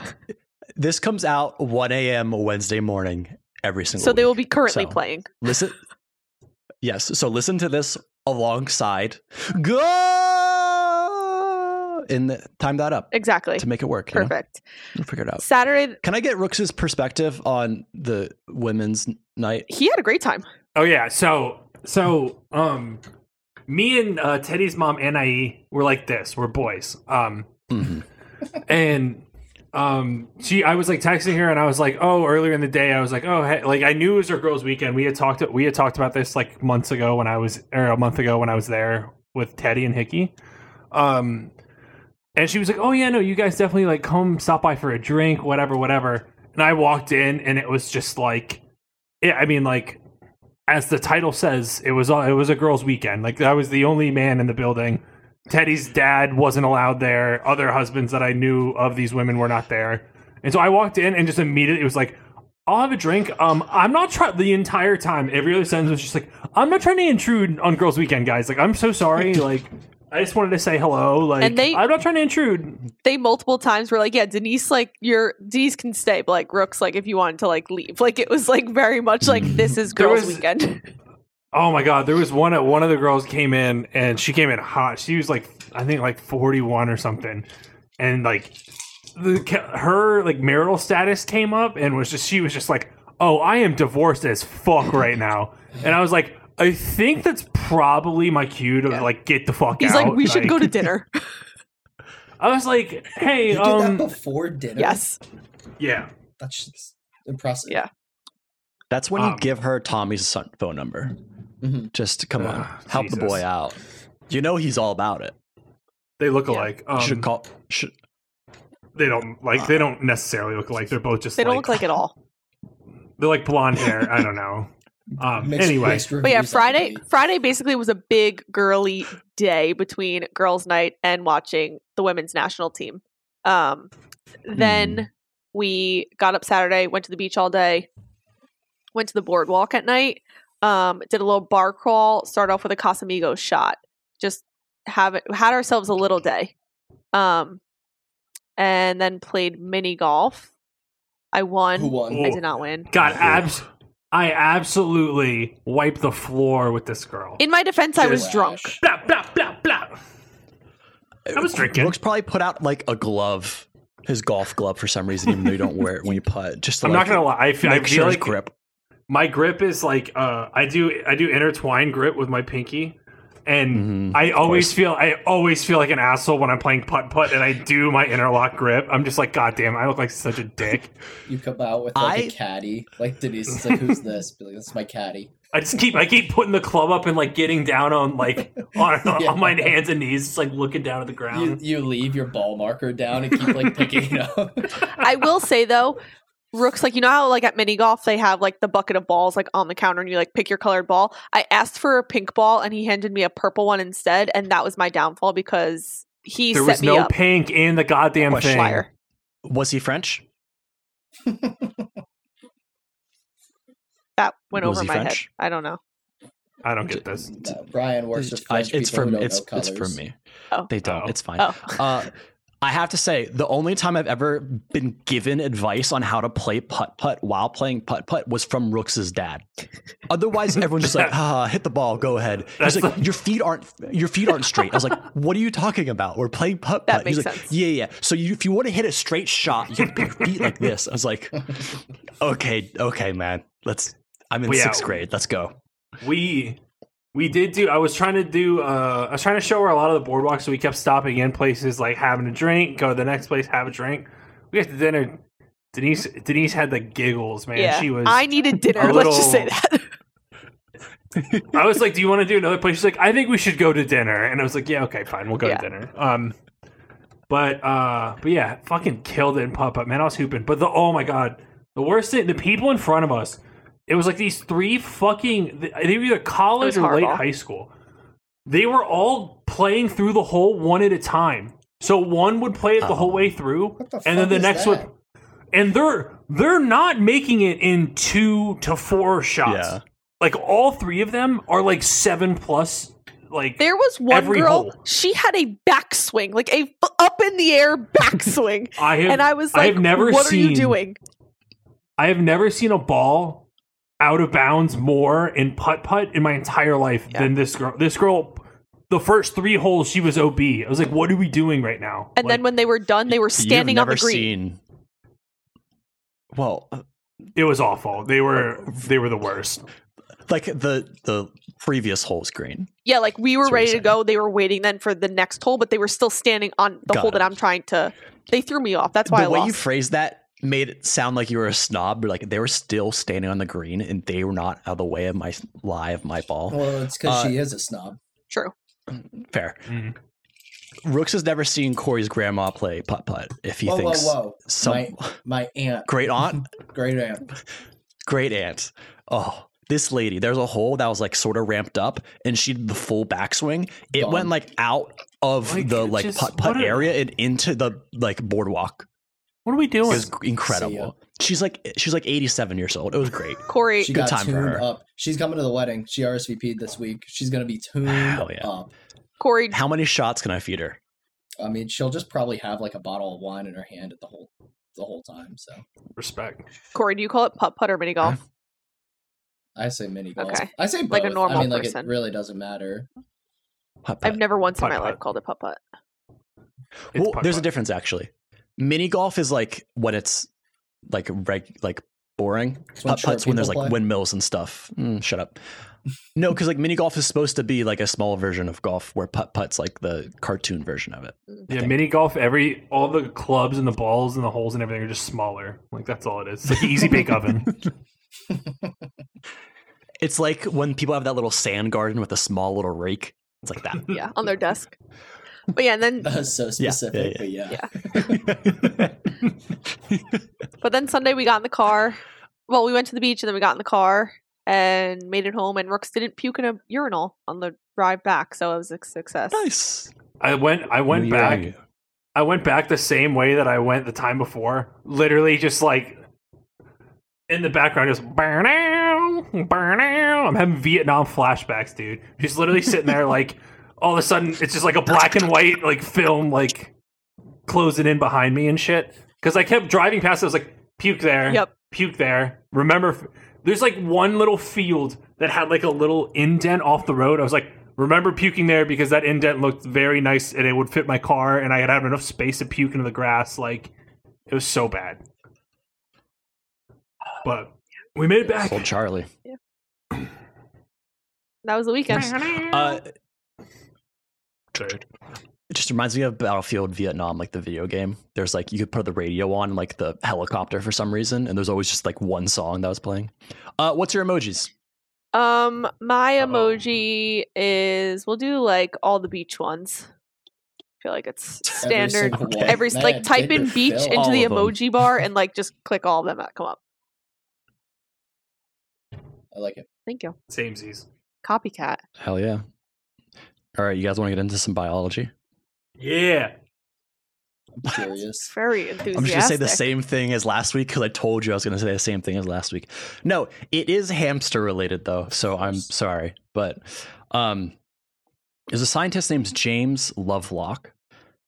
Speaker 2: This comes out 1 a.m. Wednesday morning every single
Speaker 3: so they will
Speaker 2: week.
Speaker 3: be currently
Speaker 2: So-
Speaker 3: playing.
Speaker 2: listen. Yes, so listen to this alongside go and th- time that up
Speaker 3: Exactly.
Speaker 2: to make it work. you know?
Speaker 3: Perfect.
Speaker 2: We'll figure it out.
Speaker 3: Saturday
Speaker 2: Can I get Rooks's perspective on the women's n- night?
Speaker 3: he had a great time.
Speaker 1: Oh yeah, so so um me and uh, Teddy's mom and I were like this. We're boys. Um
Speaker 2: Mhm.
Speaker 1: and um she i was like texting her and i was like oh earlier in the day i was like oh hey, like i knew it was her girls weekend we had talked we had talked about this like months ago when i was or a month ago when i was there with teddy and hickey um and she was like oh yeah no you guys definitely like come stop by for a drink whatever whatever and i walked in and it was just like it, i mean like as the title says it was all it was a girls weekend like i was the only man in the building Teddy's dad wasn't allowed there. Other husbands that I knew of these women were not there. And so I walked in and just immediately it was like, I'll have a drink. Um, I'm not trying the entire time. Every other sentence was just like, I'm not trying to intrude on girls' weekend, guys. Like, I'm so
Speaker 3: *laughs*
Speaker 1: sorry. Like, I just wanted to say hello. Like,
Speaker 3: And they-
Speaker 1: I'm not trying to intrude.
Speaker 3: They multiple times were like, "Yeah, Denise, like your Denise can stay, but like Rooks, like if you wanted to like leave, like it was like very much like this is
Speaker 1: There
Speaker 3: girls'
Speaker 1: was-
Speaker 3: weekend." *laughs*
Speaker 1: Oh my god, there was one one of the girls came in and she came in hot. She was like I think like 41 or something. And like the ca- her like marital status came up and was just she was just like, "Oh, I am divorced as fuck right now." And I was like, "I think that's probably my cue to like get the fuck
Speaker 3: He's
Speaker 1: out."
Speaker 3: like, "We should go
Speaker 1: *laughs*
Speaker 3: to dinner."
Speaker 1: I was like, "Hey,
Speaker 4: You did that
Speaker 1: um
Speaker 4: before dinner.
Speaker 3: yes,
Speaker 1: yeah.
Speaker 4: that's just impressive.
Speaker 3: yeah.
Speaker 2: That's when
Speaker 1: Um,
Speaker 2: you give her Tommy's son- phone number.
Speaker 4: Mhm.
Speaker 2: Just come on,
Speaker 1: Ugh,
Speaker 2: help the boy
Speaker 1: Ah, Jesus.
Speaker 2: out. You know he's all about it.
Speaker 1: They look alike. Um,
Speaker 2: should call. Should,
Speaker 1: they don't like they don't necessarily look alike. They're both just
Speaker 3: They don't look like at all.
Speaker 1: they're like blonde hair. I don't
Speaker 4: *laughs*
Speaker 1: know. Um,
Speaker 4: Mixed-
Speaker 1: anyway,
Speaker 4: mixed
Speaker 3: But yeah,
Speaker 4: reviews on
Speaker 3: Friday
Speaker 4: TV.
Speaker 3: Friday basically was a big girly day between girls' night and watching the women's national team. Um, then
Speaker 4: Hmm.
Speaker 3: we got up Saturday, went to the beach all day, went to the boardwalk at night, um, did a little bar crawl, started off with a Casamigos shot. Just have it, had ourselves a little day. Um, and then played mini golf. I won.
Speaker 4: Who won?
Speaker 1: Ooh.
Speaker 3: I did not win.
Speaker 1: God, abs- I absolutely wiped the floor with this girl.
Speaker 3: In my defense, I was
Speaker 4: Trash.
Speaker 3: drunk.
Speaker 1: blah, blah, blah, blah. I was drinking.
Speaker 2: Brooks probably put out like a glove, his golf glove for some reason, even though you don't wear it when you putt. Just to,
Speaker 1: I'm
Speaker 2: like,
Speaker 1: not gonna lie. I feel,
Speaker 2: Make
Speaker 1: I feel
Speaker 2: sure his
Speaker 1: like
Speaker 2: grip.
Speaker 1: my grip is like uh, I do. I do intertwine grip with my pinky, and
Speaker 2: Mhm,
Speaker 1: I always feel. I always feel like an asshole when I'm playing putt putt, and I do my interlock grip. I'm just like, God damn, I look like such a dick.
Speaker 4: You come out with like a
Speaker 2: I-
Speaker 4: caddy. Like Denise is like, who's this? Be like, this is my caddy.
Speaker 1: I just keep. I keep putting the club up and like getting down on like
Speaker 2: *laughs*
Speaker 1: on,
Speaker 4: Yeah.
Speaker 1: on my hands and knees, just like looking down at the ground.
Speaker 4: You you leave your ball marker down and keep like picking
Speaker 1: *laughs*
Speaker 4: it up. *laughs*
Speaker 3: I will say though, Rooks, like you know how like at mini golf they have like the bucket of balls like on the counter and you like pick your colored ball. I asked for a pink ball and he handed me a purple one instead, and that was my downfall because he
Speaker 1: there
Speaker 3: set
Speaker 1: was
Speaker 3: me
Speaker 1: no
Speaker 3: up.
Speaker 1: pink in the goddamn
Speaker 2: Question.
Speaker 1: thing.
Speaker 3: Liar.
Speaker 2: Was he French?
Speaker 3: That went
Speaker 2: Was
Speaker 3: over
Speaker 2: he
Speaker 3: my head.
Speaker 2: French?
Speaker 3: I don't know.
Speaker 1: I don't get this.
Speaker 4: No, Brian works with
Speaker 2: I-
Speaker 4: French
Speaker 2: it's
Speaker 4: people who
Speaker 2: from
Speaker 4: don't
Speaker 2: it's
Speaker 4: know
Speaker 2: it's
Speaker 4: colors.
Speaker 2: from me.
Speaker 3: Oh.
Speaker 2: They don't.
Speaker 1: Oh.
Speaker 2: It's fine.
Speaker 3: Oh,
Speaker 2: Uh, I have to say, the only time I've ever been given advice on how to play putt putt while playing putt putt was from Rooks's dad. Otherwise, everyone's just like,
Speaker 3: *laughs*
Speaker 2: ah, hit the ball, go ahead. He's
Speaker 1: That's
Speaker 2: like, your feet aren't your feet aren't straight. I was like, what are you talking about? We're playing putt
Speaker 3: That
Speaker 2: putt. He's
Speaker 3: makes
Speaker 2: like,
Speaker 3: sense.
Speaker 2: yeah, yeah. So you, if you want to hit a straight shot, you have to put your feet like this. I was
Speaker 4: *laughs*
Speaker 2: like, okay, okay, man. Let's. I'm in
Speaker 1: Well, yeah.
Speaker 2: sixth grade. Let's go.
Speaker 1: we we did do i was trying to do uh i was trying to show her a lot of the boardwalk so we kept stopping in places like having a drink go to the next place have a drink we got to dinner denise denise had the giggles man
Speaker 3: yeah.
Speaker 1: she was
Speaker 3: I needed dinner. Let's just say
Speaker 1: little-
Speaker 3: that.
Speaker 1: I was like, "Do you want to do another place?" She's like, "I think we should go to dinner." And I was like, "Yeah, okay, fine, we'll go
Speaker 3: Yeah.
Speaker 1: to dinner." Um, but uh, but yeah, fucking killed it in pop up, man. I was hooping, but the oh my god, the worst thing, the people in front of us, it was like these three fucking, they were either college
Speaker 3: was
Speaker 1: or late
Speaker 3: horrible.
Speaker 1: high school. They were all playing through the hole one at a time. So one would play it the whole
Speaker 3: Oh.
Speaker 1: way through,
Speaker 4: the
Speaker 1: and then
Speaker 4: fuck
Speaker 1: the
Speaker 4: is
Speaker 1: next
Speaker 4: that?
Speaker 1: would and they're they're not making it in two to four shots.
Speaker 2: Yeah.
Speaker 1: Like all three of them are like seven plus. Like
Speaker 3: There was one
Speaker 1: Every
Speaker 3: girl.
Speaker 1: hole.
Speaker 3: She had a backswing, like a f- up in the air backswing,
Speaker 1: I have,
Speaker 3: and I was like,
Speaker 1: I have never
Speaker 3: "What
Speaker 1: seen,
Speaker 3: are you doing?"
Speaker 1: I have never seen a ball out of bounds more in putt putt in my entire life than this girl. This girl, the first three holes, she was ob. I was like, what are we doing right now?
Speaker 3: And then when they were done, they were standing
Speaker 2: You've
Speaker 3: on
Speaker 2: never
Speaker 3: the green.
Speaker 2: Seen, well, uh,
Speaker 1: it was awful. They were they were the worst.
Speaker 2: like the the previous hole's green.
Speaker 3: Yeah, like we were
Speaker 2: That's what
Speaker 3: ready
Speaker 2: you're
Speaker 3: to go. They were waiting then for the next hole, but they were still standing on the
Speaker 2: Got
Speaker 3: hole
Speaker 2: it.
Speaker 3: that I'm trying to they threw me off. That's why
Speaker 2: the
Speaker 3: I
Speaker 2: way
Speaker 3: lost.
Speaker 2: you phrased that made it sound like you were a snob, but like they were still standing on the green and they were not out of the way of my lie of my ball.
Speaker 4: Well, it's because
Speaker 2: Uh,
Speaker 4: she is a snob.
Speaker 3: True.
Speaker 2: Fair.
Speaker 4: mm-hmm.
Speaker 2: Rooks has never seen Corey's grandma play putt putt. If he
Speaker 4: Whoa, whoa,
Speaker 2: thinks
Speaker 4: whoa!
Speaker 2: some
Speaker 4: my my aunt,
Speaker 2: great aunt,
Speaker 4: great aunt.
Speaker 2: great aunt. Oh, this lady. There's a hole that was like sort of ramped up, and she did the full backswing. It
Speaker 4: Gone.
Speaker 2: went like out of
Speaker 1: Like,
Speaker 2: the like
Speaker 1: just-
Speaker 2: putt putt
Speaker 1: what a-
Speaker 2: area and into the like boardwalk.
Speaker 1: What are we
Speaker 2: It
Speaker 1: doing?
Speaker 2: was incredible. She's like she's like 87 years old. It was great.
Speaker 3: Corey,
Speaker 4: She
Speaker 2: Good
Speaker 4: got
Speaker 2: time for
Speaker 4: tuned
Speaker 2: her.
Speaker 4: up. She's coming to the wedding. She RSVP'd this week. She's gonna be
Speaker 2: *sighs*
Speaker 4: tuned
Speaker 2: Hell yeah.
Speaker 4: up.
Speaker 3: Corey,
Speaker 2: How many shots can I feed her?
Speaker 4: I mean, she'll just probably have like a bottle of wine in her hand at the whole the whole time. So
Speaker 1: Respect.
Speaker 3: Corey, do you call it putt putt or mini golf?
Speaker 4: I say mini golf.
Speaker 3: Okay.
Speaker 4: I say
Speaker 3: Like a
Speaker 4: both.
Speaker 3: normal
Speaker 4: I mean, like
Speaker 3: person.
Speaker 4: it really doesn't matter.
Speaker 2: Putt
Speaker 3: I've
Speaker 2: putt.
Speaker 3: never once in my
Speaker 1: Putt-putt.
Speaker 3: life called it
Speaker 2: *laughs*
Speaker 3: putt putt.
Speaker 1: It's
Speaker 2: well,
Speaker 1: putt
Speaker 2: there's a
Speaker 1: putt.
Speaker 2: difference actually. Mini golf is like when it's like reg like boring.
Speaker 4: It's when
Speaker 2: Putt
Speaker 4: short
Speaker 2: putts when there's
Speaker 4: people
Speaker 2: like
Speaker 4: *laughs* play.
Speaker 2: windmills and stuff. Mm, shut up. No, because like mini golf is supposed to be like a small version of golf, where putt putt's like the cartoon version of it.
Speaker 1: Yeah, mini golf. Every all the clubs and the balls and the holes and everything are just smaller. Like that's all it is. It's like the easy bake
Speaker 2: *laughs*
Speaker 1: oven.
Speaker 2: It's like when people have that little sand garden with a small little rake. It's like that.
Speaker 3: Yeah, on their desk. But yeah, and then
Speaker 4: That was *laughs* so specific, but yeah.
Speaker 3: Yeah.
Speaker 4: *laughs*
Speaker 3: But then Sunday we got in the car. Well, we went to the beach and then we got in the car and made it home. And Rooks didn't puke in a urinal on the drive back, so it was a success.
Speaker 2: nice.
Speaker 1: I went. I went
Speaker 2: Yeah.
Speaker 1: back. I went back the same way that I went the time before. Literally, just like in the background, just burn out, burn out. I'm having Vietnam flashbacks, dude. Just literally sitting there, like all of a sudden, it's just like a black and white like film, like closing in behind me and shit. Because I kept driving past, it I was like puke there,
Speaker 3: Yep.
Speaker 1: puke there. Remember, f- there's like one little field that had like a little indent off the road. I was like. Remember puking there because that indent looked very nice and it would fit my car and I had have enough space to puke into the grass. Like it was so bad. But we made it back.
Speaker 2: Old Charlie.
Speaker 3: That was the weekend.
Speaker 2: Uh, it just reminds me of Battlefield Vietnam, like the video game. There's like you could put the radio on like the helicopter for some reason, and there's always just like one song that was playing. Uh, what's your emojis?
Speaker 3: Um, my
Speaker 1: Uh-oh.
Speaker 3: emoji is we'll do like all the beach ones. I feel like it's
Speaker 4: Every
Speaker 3: standard.
Speaker 4: single one.
Speaker 3: Every,
Speaker 4: Man,
Speaker 3: like type
Speaker 4: get
Speaker 3: in
Speaker 4: your
Speaker 3: beach
Speaker 4: fill.
Speaker 2: All
Speaker 3: into the
Speaker 2: of 'em.
Speaker 3: emoji bar and like just click all of them that come up.
Speaker 4: I like it.
Speaker 3: Thank you.
Speaker 1: Samesies.
Speaker 3: Copycat.
Speaker 2: Hell yeah! All right, you guys want to get into some biology?
Speaker 1: Yeah.
Speaker 4: I'm curious.
Speaker 3: Very enthusiastic.
Speaker 2: I'm just gonna say the same thing as last week because I told you I was gonna say the same thing as last week. No, it is hamster related though, so I'm
Speaker 4: course.
Speaker 2: sorry, but um, there's a scientist named James Lovelock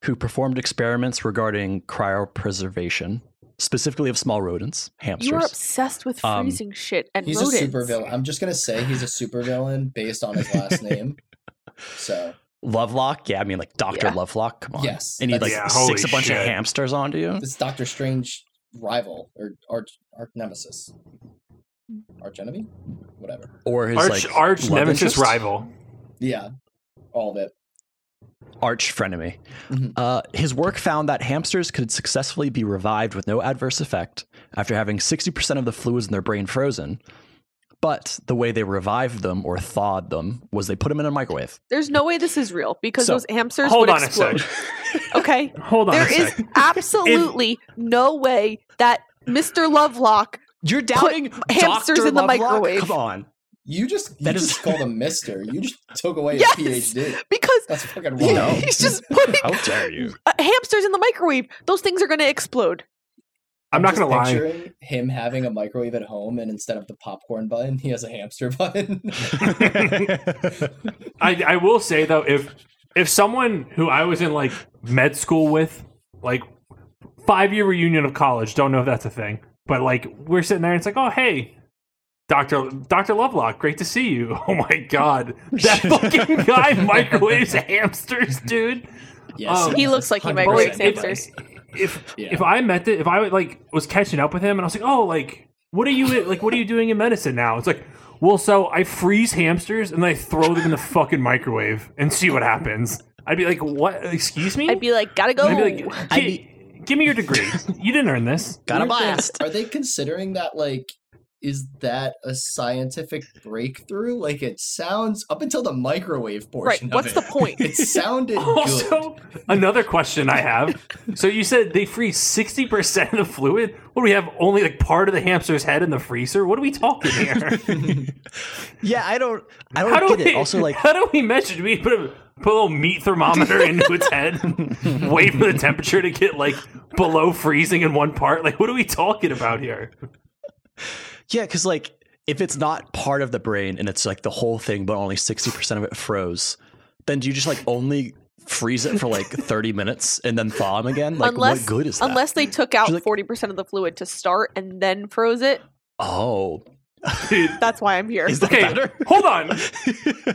Speaker 2: who performed experiments regarding cryopreservation, specifically of small rodents, hamsters.
Speaker 3: You are obsessed with
Speaker 2: Um,
Speaker 3: freezing shit and
Speaker 4: He's
Speaker 3: rodents.
Speaker 4: a super villain. I'm just gonna say he's a super villain based on his last name.
Speaker 3: *laughs*
Speaker 4: So
Speaker 2: Lovelock, yeah, I mean like Doctor
Speaker 3: Yeah.
Speaker 2: Lovelock, come on,
Speaker 4: Yes,
Speaker 2: and he like
Speaker 4: that's-
Speaker 1: Yeah, holy
Speaker 2: sticks a bunch of
Speaker 1: shit.
Speaker 2: hamsters onto you.
Speaker 4: this is Doctor Strange rival or arch arch nemesis, arch enemy, whatever.
Speaker 2: Or his
Speaker 1: Arch
Speaker 2: like
Speaker 1: arch
Speaker 2: love
Speaker 1: nemesis
Speaker 2: interest?
Speaker 1: rival.
Speaker 4: Yeah, all of it.
Speaker 2: arch frenemy.
Speaker 4: Mhm.
Speaker 2: Uh, his work found that hamsters could successfully be revived with no adverse effect after having 60% of the fluids in their brain frozen. But the way they revived them or thawed them was they put them in a microwave.
Speaker 3: There's no way this is real because
Speaker 2: So,
Speaker 3: those hamsters
Speaker 1: Hold
Speaker 3: would
Speaker 1: on
Speaker 3: explode.
Speaker 1: a sec.
Speaker 3: Okay.
Speaker 1: Hold on
Speaker 3: There
Speaker 1: a sec. *laughs*
Speaker 3: is absolutely no way that Mr. Lovelock
Speaker 2: You're doubting
Speaker 3: hamsters
Speaker 2: Dr.
Speaker 3: in the
Speaker 2: Lovelock?
Speaker 3: microwave.
Speaker 2: Come on.
Speaker 4: You just you
Speaker 2: That is-
Speaker 4: just called him Mister. You just took
Speaker 3: *laughs*
Speaker 4: away
Speaker 3: Yes!
Speaker 4: his PhD.
Speaker 3: because
Speaker 4: That's fucking
Speaker 3: he-
Speaker 4: wild.
Speaker 2: No.
Speaker 3: he's just putting
Speaker 2: How dare you?
Speaker 3: uh, hamsters in the microwave. Those things are going to explode.
Speaker 1: I'm not
Speaker 4: just
Speaker 1: gonna lie.
Speaker 4: picturing Him having a microwave at home, and instead of the popcorn button, he has a hamster *laughs* button.
Speaker 1: I, I will say though, if if someone who I was in like med school with, like five year reunion of college, don't know if that's a thing, but like we're sitting there and it's like, oh hey, Doctor Doctor Lovelock, great to see you. *laughs* Oh my god,
Speaker 2: *laughs*
Speaker 1: that fucking guy microwaves hamsters, dude.
Speaker 4: yes,
Speaker 1: Um,
Speaker 3: He
Speaker 4: does.
Speaker 3: looks like he
Speaker 4: 100%.
Speaker 1: But,
Speaker 3: microwaves
Speaker 1: like, if-
Speaker 3: hamsters.
Speaker 1: If
Speaker 4: Yeah.
Speaker 1: if I met the, if I like was catching up with him and I was like, oh, like what are you like what are you doing in medicine now? It's like, well, so I freeze hamsters and I throw them in the fucking microwave and see what happens. I'd be like, what? Excuse me?
Speaker 3: I'd be like, gotta go.
Speaker 1: I'd be like,
Speaker 2: I'd
Speaker 1: "Kid-
Speaker 2: be-
Speaker 1: kid, give me your degree. you didn't earn this.
Speaker 2: Got a
Speaker 4: Weird thing,
Speaker 2: blast.
Speaker 4: Are they considering that like is that a scientific breakthrough? Like it sounds up until the microwave
Speaker 3: Right.
Speaker 4: portion of
Speaker 3: What's
Speaker 4: it.
Speaker 2: *laughs*
Speaker 3: the point? *laughs*
Speaker 4: It sounded good.
Speaker 1: Also, another question I have. So you said they freeze sixty percent of the fluid. What do we have? Only like part of the hamster's head in the freezer. What are we talking here?
Speaker 2: Yeah, I don't. I don't
Speaker 1: How do
Speaker 2: get
Speaker 1: we?
Speaker 2: it. Also, like,
Speaker 1: how do we measure? Do we put a put a little meat thermometer into its
Speaker 2: *laughs*
Speaker 1: head, and wait for the temperature to get like below freezing in one part? Like, what are we talking about here?
Speaker 2: yeah, because like if it's not part of the brain and it's like the whole thing, but only sixty percent of it froze, then do you just like only freeze it for
Speaker 3: *laughs*
Speaker 2: like thirty minutes and then thaw them again? Like, what good is that?
Speaker 3: unless they took out
Speaker 2: She's like-
Speaker 3: forty percent of the fluid to start and then froze it. *laughs*
Speaker 2: oh,
Speaker 1: Dude,
Speaker 3: That's why I'm here.
Speaker 2: is that
Speaker 1: okay,
Speaker 2: better?
Speaker 1: hold
Speaker 2: *laughs*
Speaker 1: on.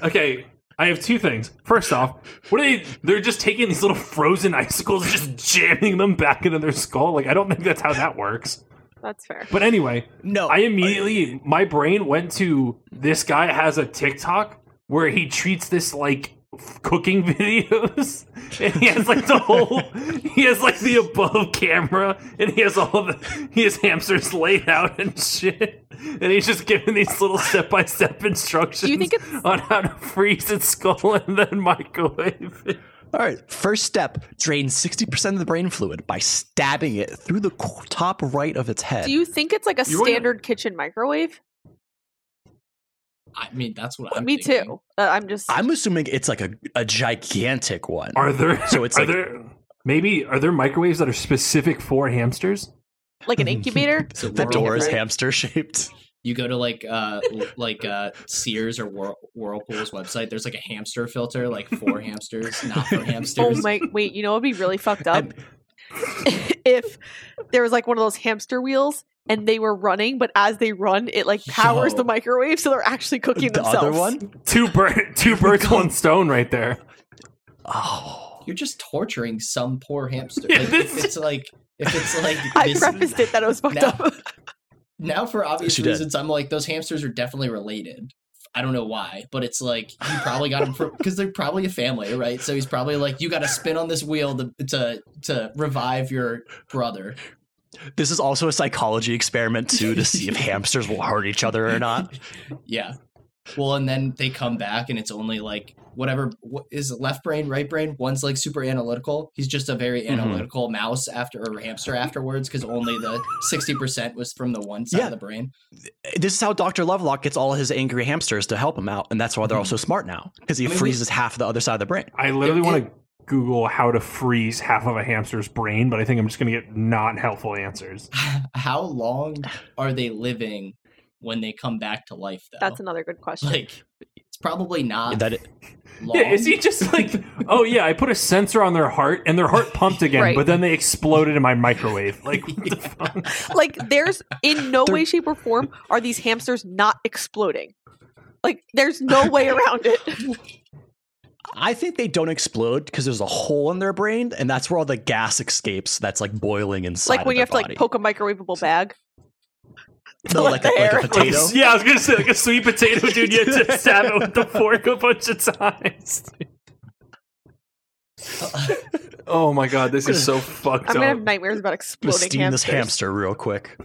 Speaker 1: Okay, I have two things. First off, what are they? They're just taking these little frozen icicles, and just *laughs* jamming them back into their skull. Like, I don't think that's how that works.
Speaker 3: That's fair.
Speaker 1: But anyway,
Speaker 2: No,
Speaker 1: Oh, I immediately my brain went to this guy has a TikTok where he treats this like f- cooking *laughs* videos and he has like the whole he has like the above camera and he has all the he has hamsters laid out and shit and he's just giving these little step-by-step instructions
Speaker 3: think it's-
Speaker 1: on how to freeze its skull and then microwave it.
Speaker 2: All right, first step drain 60% of the brain fluid by stabbing it through the co- top right of its head.
Speaker 3: Do you think it's like a
Speaker 1: You wouldn't-
Speaker 3: standard kitchen microwave?
Speaker 4: I mean, that's what I'm.
Speaker 3: Me
Speaker 4: thinking.
Speaker 3: too. Uh, I'm just.
Speaker 2: I'm assuming it's like a, a gigantic one.
Speaker 1: Are there
Speaker 2: So it's
Speaker 1: are
Speaker 2: like-
Speaker 1: there maybe are there microwaves that are specific for hamsters?
Speaker 2: *laughs*
Speaker 3: like an incubator.
Speaker 4: So
Speaker 2: the
Speaker 4: World,
Speaker 2: door is
Speaker 4: right?
Speaker 2: hamster shaped.
Speaker 4: You go to like uh l- like uh Sears or Whir- Whirlpool's website. There's like a hamster filter, like for hamsters, not
Speaker 3: *laughs*
Speaker 4: for
Speaker 3: Oh
Speaker 4: hamsters.
Speaker 3: my! Wait, you know it'd be really fucked up
Speaker 2: And-
Speaker 3: *laughs* if there was like one of those hamster wheels and they were running, but as they run, it like powers
Speaker 4: Yo.
Speaker 3: the microwave, so they're actually cooking
Speaker 2: The
Speaker 3: themselves.
Speaker 2: other
Speaker 3: *laughs*
Speaker 2: one?
Speaker 1: Two bird two birds one stone right there.
Speaker 2: Oh.
Speaker 4: You're just torturing some poor hamster.
Speaker 1: Yeah,
Speaker 4: Like,
Speaker 1: this-
Speaker 4: if it's like if it's like
Speaker 3: I
Speaker 4: this-
Speaker 3: prefaced it that it was fucked
Speaker 4: Now-
Speaker 3: up.
Speaker 4: now for obvious
Speaker 2: She did.
Speaker 4: reasons i'm like those hamsters are definitely related i don't know why but it's like he probably got him because they're probably a family right so he's probably like you got to spin on this wheel to, to to revive your brother
Speaker 2: This is also a psychology experiment, too, to
Speaker 3: *laughs*
Speaker 2: see if hamsters will hurt each other or not.
Speaker 4: yeah well and then they come back and it's only like whatever what is it, left brain right brain one's like super analytical he's just a very
Speaker 2: Mm-hmm.
Speaker 4: analytical mouse after or hamster afterwards because only the 60% was from the one side
Speaker 2: Yeah.
Speaker 4: of the brain
Speaker 2: This is how Dr. Lovelock gets all his angry hamsters to help him out, and that's why they're all
Speaker 3: Mm-hmm.
Speaker 2: so smart now, because he
Speaker 4: I mean, we-
Speaker 2: freezes half the other side of the brain.
Speaker 1: I literally
Speaker 4: It-
Speaker 1: want to Google how to freeze half of a hamster's brain, but I think I'm just going to get not helpful answers.
Speaker 4: how long are they living when they come back to life though
Speaker 3: That's another good question.
Speaker 4: like it's probably
Speaker 3: Uh,
Speaker 4: not
Speaker 2: That it,
Speaker 4: long.
Speaker 1: Yeah, *laughs* *laughs* is he just like, oh yeah, I put a sensor on their heart and their heart pumped again,
Speaker 3: Right.
Speaker 1: but then they exploded in my microwave. Like, what *laughs* the fuck?
Speaker 3: like there's in no way shape or form are these hamsters not exploding like there's no way around it
Speaker 2: I think they don't explode because there's a hole in their brain, and that's where all the gas escapes. That's like boiling inside.
Speaker 3: like when you have to like poke a microwavable bag
Speaker 2: no, like, a, like
Speaker 3: hair.
Speaker 2: a potato.
Speaker 3: *laughs*
Speaker 1: yeah, I was gonna say like a sweet potato, dude. You have *laughs* to stab it with the fork a bunch of times. oh my god, this is
Speaker 8: *laughs*
Speaker 1: so fucked
Speaker 3: i'm gonna
Speaker 1: up.
Speaker 3: have nightmares about
Speaker 2: I'm gonna
Speaker 3: exploding
Speaker 2: steam
Speaker 3: hamsters.
Speaker 2: this hamster real quick.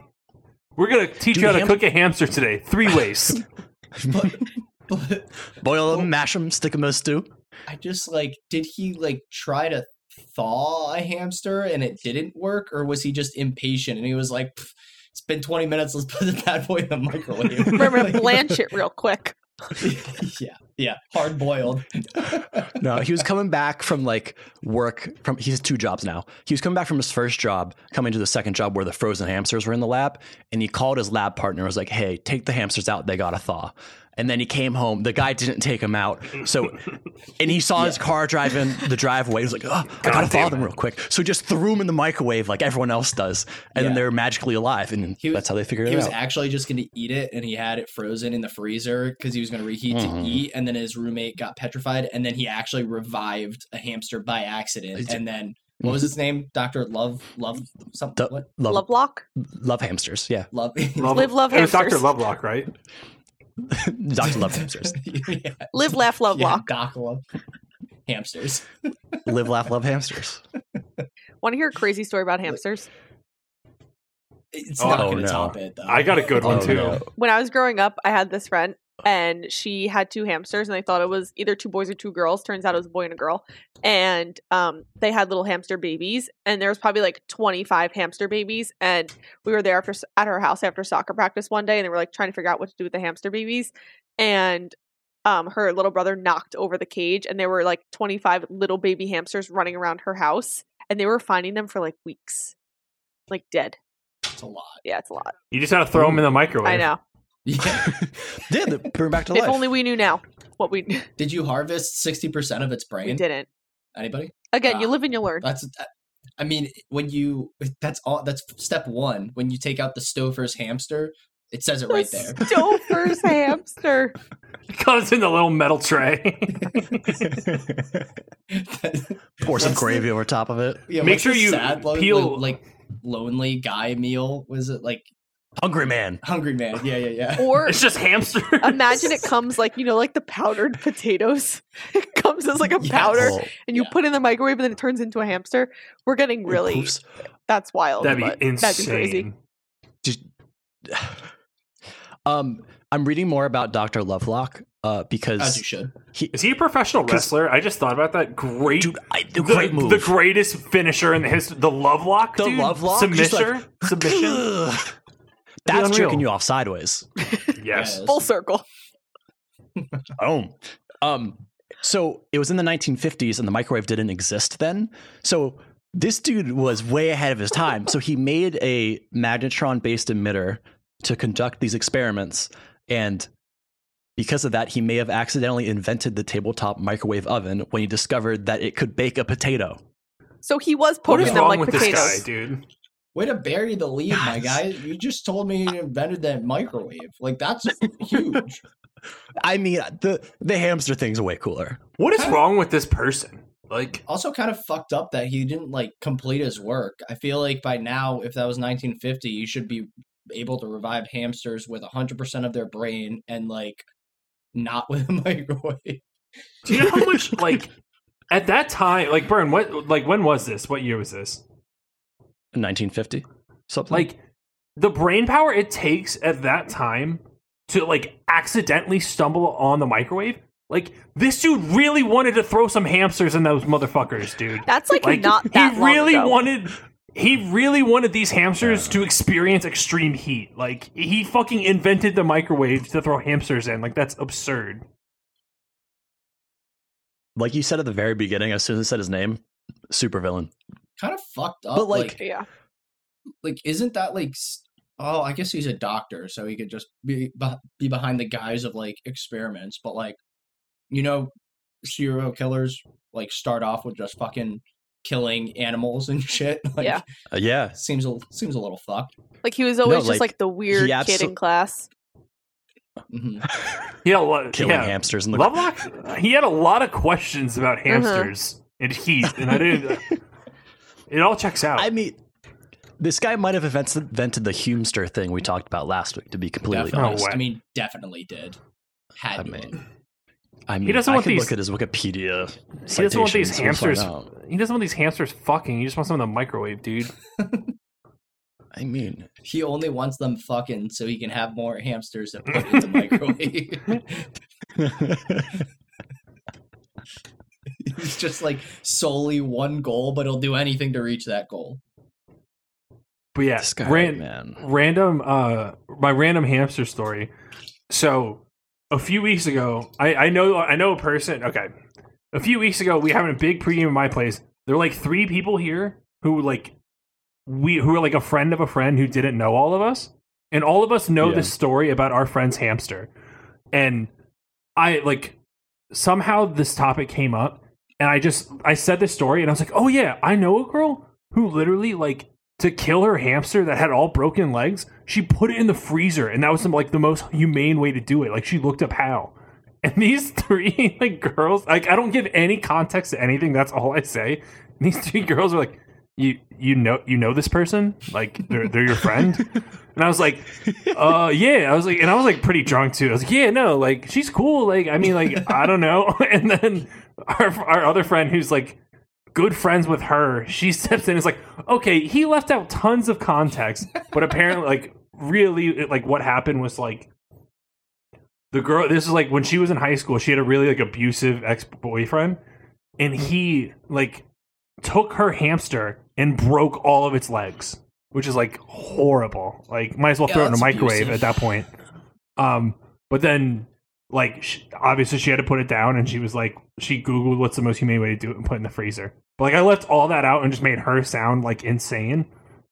Speaker 1: We're gonna teach
Speaker 2: Dude,
Speaker 1: you how to
Speaker 2: ham-
Speaker 1: cook a hamster today. Three ways.
Speaker 4: But
Speaker 2: Boil them, mash them, stick them in a stew.
Speaker 4: I just like, did he like try to thaw a hamster and it didn't work, or was he just impatient and he was like, "Pff, it's been twenty minutes, let's put the bad boy in
Speaker 2: *laughs*
Speaker 4: the microwave. *laughs*
Speaker 3: remember to blanch it real quick
Speaker 4: yeah, yeah,
Speaker 2: *laughs*
Speaker 4: hard boiled.
Speaker 2: No, he was coming back from like work. From he has two jobs now. He was coming back from his first job, coming to the second job where the frozen hamsters were in the lab, and he called his lab partner. and Was like, "Hey, take the hamsters out. They got a thaw." And then he came home. The guy didn't take him out. So, and he saw his car drive in the driveway. He was like, oh, I gotta thaw them real quick. So he just threw him in the microwave like everyone else does, and then
Speaker 4: Yeah.
Speaker 2: they're magically alive. And
Speaker 4: He was-
Speaker 2: that's how they figured
Speaker 4: He
Speaker 2: it
Speaker 4: was
Speaker 2: out.
Speaker 4: actually just going to eat it, and he had it frozen in the freezer because he was going to reheat
Speaker 2: Mhm.
Speaker 4: to eat. And then his roommate got petrified, and then he actually revived a hamster by accident.
Speaker 2: It's-
Speaker 4: And then what
Speaker 2: Mm-hmm.
Speaker 4: was his name? Doctor Love, Love, something.
Speaker 2: Du-
Speaker 4: what?
Speaker 2: love, love,
Speaker 3: lovelock
Speaker 2: hamsters. Yeah,
Speaker 4: Love.
Speaker 3: *laughs* Live, love
Speaker 1: It was Dr.
Speaker 3: hamsters.
Speaker 1: Lovelock, right?
Speaker 2: Doctor Love hamsters.
Speaker 4: *laughs* yeah,
Speaker 3: live laugh love
Speaker 4: *laughs* yeah,
Speaker 3: lock
Speaker 4: Doc Love. Hamsters.
Speaker 2: Live, laugh, love hamsters.
Speaker 3: Want to hear a crazy story about hamsters?
Speaker 4: It's
Speaker 1: Oh,
Speaker 4: not
Speaker 2: oh,
Speaker 4: going to
Speaker 2: no.
Speaker 4: top it, though.
Speaker 1: I got a good one
Speaker 2: Oh,
Speaker 1: too.
Speaker 2: no.
Speaker 3: When I was growing up, I had this friend and she had two hamsters and they thought it was either two boys or two girls. Turns out it was a boy and a girl. And um, they had little hamster babies and there was probably like 25 hamster babies and we were there after s- at her house after soccer practice one day and they were like trying to figure out what to do with the hamster babies and um, her little brother knocked over the cage and there were like 25 little baby hamsters running around her house and they were finding them for like weeks like dead
Speaker 4: It's a lot. *laughs*
Speaker 3: yeah it's a lot
Speaker 1: You just gotta throw them in the microwave. *laughs*
Speaker 3: i know
Speaker 4: Yeah.
Speaker 2: yeah, they bring back to
Speaker 3: if
Speaker 2: life.
Speaker 3: only we knew now what we,
Speaker 4: Did you harvest 60% of its
Speaker 3: we
Speaker 4: brain?
Speaker 3: didn't
Speaker 4: Anybody?
Speaker 3: again you
Speaker 4: Ah.
Speaker 3: live and you learn
Speaker 4: That's. that- I mean, when you that's all that's step one. When you take out the Stouffer's hamster, it says it
Speaker 3: *laughs*
Speaker 4: right there. *laughs*
Speaker 3: Stouffer's
Speaker 1: *laughs*
Speaker 3: hamster
Speaker 1: It comes in the little metal tray.
Speaker 2: Pour some
Speaker 4: What's the-
Speaker 2: gravy over top of it.
Speaker 4: Yeah,
Speaker 1: Make
Speaker 4: what's
Speaker 1: sure
Speaker 4: the
Speaker 1: you
Speaker 4: sad, lo-
Speaker 1: peel-
Speaker 4: lo- like lonely guy meal. Was it like
Speaker 2: Hungry man.
Speaker 4: Hungry Man? Yeah, yeah, yeah.
Speaker 3: or
Speaker 1: it's just hamster. *laughs*
Speaker 3: imagine it comes like you know like the powdered potatoes *laughs* it comes as like a
Speaker 4: Yes.
Speaker 3: powder
Speaker 1: Oh,
Speaker 2: Well,
Speaker 3: and you
Speaker 4: Yeah.
Speaker 3: put it in the microwave and then it turns into a hamster we're getting really
Speaker 2: poofs.
Speaker 3: that's wild
Speaker 1: That'd
Speaker 3: but
Speaker 1: be insane.
Speaker 3: that'd be crazy
Speaker 2: Did- *sighs* um, I'm reading more about Doctor Lovelock uh,
Speaker 4: As you
Speaker 2: because
Speaker 4: should.
Speaker 1: Is he a professional
Speaker 2: 'Cause-
Speaker 1: wrestler? I just thought about that. Great,
Speaker 2: dude, I,
Speaker 1: the,
Speaker 2: the, great move,
Speaker 1: the greatest finisher in the history. The love lock,
Speaker 2: The
Speaker 1: dude?
Speaker 2: love lock? Just
Speaker 1: submission, submission.
Speaker 2: *laughs* That's
Speaker 1: unreal.
Speaker 2: jerking you off sideways.
Speaker 1: Yes,
Speaker 4: Yeah,
Speaker 3: full circle
Speaker 2: Oh, um, so it was in the 1950s, and the microwave didn't exist then. So this dude was way ahead of his time. so he made a magnetron-based emitter to conduct these experiments, and because of that, he may have accidentally invented the tabletop microwave oven when he discovered that it could bake a potato.
Speaker 3: so he was
Speaker 1: what
Speaker 3: poking
Speaker 1: is
Speaker 3: them
Speaker 1: wrong
Speaker 3: like
Speaker 1: with this
Speaker 3: potatoes
Speaker 1: guy, dude?
Speaker 4: Way to bury the lead, my
Speaker 2: Guys.
Speaker 4: guy. You just told me you invented that microwave. Like that's huge.
Speaker 2: I mean, the the hamster thing's way cooler.
Speaker 1: What is wrong with this person? Like,
Speaker 4: Also, kind of fucked up that he didn't like complete his work. I feel like by now, if that was 1950, you should be able to revive hamsters with 100% of their brain and like not with a *laughs* microwave.
Speaker 1: do you know how
Speaker 2: *laughs*
Speaker 1: much like at that time? Like, Bern, what? Like, when was this? What year was this?
Speaker 2: 1950, something
Speaker 1: Like, the brain power it takes at that time to like accidentally stumble on the microwave. Like, this dude really wanted to throw some hamsters in those motherfuckers, dude.
Speaker 3: that's like, not that
Speaker 1: he
Speaker 3: long
Speaker 1: really
Speaker 3: ago.
Speaker 1: wanted he really wanted these hamsters to experience extreme heat like he fucking invented the microwave to throw hamsters in like that's absurd
Speaker 2: like you said at the very beginning, as soon as I said his name, supervillain.
Speaker 4: Kind of fucked up.
Speaker 2: But, like,
Speaker 3: yeah
Speaker 4: like isn't that like s- oh i guess he's a doctor so he could just be beh- be behind the guise of like experiments but like you know serial killers like start off with just fucking killing animals and *laughs* shit like
Speaker 3: Yeah.
Speaker 2: Uh, yeah,
Speaker 4: seems a seems a little fucked
Speaker 3: like he was always just
Speaker 2: like,
Speaker 3: like the weird kid
Speaker 2: abso-
Speaker 3: in class
Speaker 4: hmm
Speaker 1: yeah, lo-
Speaker 2: killing
Speaker 1: yeah.
Speaker 2: hamsters in the
Speaker 1: lovelock he had a lot of questions about
Speaker 3: Uh-huh.
Speaker 1: hamsters and heat and i
Speaker 3: *laughs*
Speaker 1: didn't it all checks out
Speaker 2: I mean, this guy might have invents- invented the Humester thing we talked about last week. To be completely
Speaker 4: definitely
Speaker 2: honest,
Speaker 1: No way.
Speaker 4: i mean definitely did had
Speaker 2: I
Speaker 4: to
Speaker 2: mean,
Speaker 4: have.
Speaker 2: I mean,
Speaker 1: doesn't
Speaker 2: I
Speaker 1: want
Speaker 2: could
Speaker 1: these-
Speaker 2: look at his Wikipedia.
Speaker 1: he doesn't want these
Speaker 2: citations, we'll
Speaker 1: hamsters
Speaker 2: find out.
Speaker 1: he doesn't want these hamsters fucking he just wants them in the microwave dude
Speaker 2: I mean,
Speaker 4: he only wants them fucking so he can have more hamsters to put in the microwave *laughs* he's just like solely one goal but he'll do anything to reach that goal
Speaker 1: but yeah
Speaker 2: this guy,
Speaker 1: Ran-
Speaker 2: man.
Speaker 1: random uh my random hamster story so a few weeks ago i i know i know a person okay a few weeks ago we were having a big pregame in my place there were like three people here who like we who were like a friend of a friend who didn't know all of us and all of us know
Speaker 2: Yeah.
Speaker 1: this story about our friend's hamster and i like somehow this topic came up and i just i said this story and i was like oh yeah i know a girl who literally like to kill her hamster that had all broken legs she put it in the freezer and that was some, like the most humane way to do it like she looked up how *laughs* and these three *laughs* like girls like i don't give any context to anything that's all i say and these three girls were like you you know you know this person like they're they're your friend and i was like uh yeah i was like and i was like pretty drunk too i was like yeah no like *laughs* she's cool like i mean like i don't know and then our our other friend who's like good friends with her. She *laughs* steps in and is like, okay, he left out tons of context, but apparently, like, really, it- like, what happened was like the girl, this is like when she was in high school, she had a really, like, abusive ex boyfriend, and he, like, took her hamster and broke all of its legs, which is, like, horrible. Like, might as well
Speaker 4: Yeah,
Speaker 1: throw it in a
Speaker 4: that's
Speaker 1: microwave
Speaker 4: abusive.
Speaker 1: at that point. Um, but then, like, sh obviously she had to put it down, and she was like, she googled what's the most humane way to do it and put it in the freezer. But like, I left all that out and just made her sound like insane.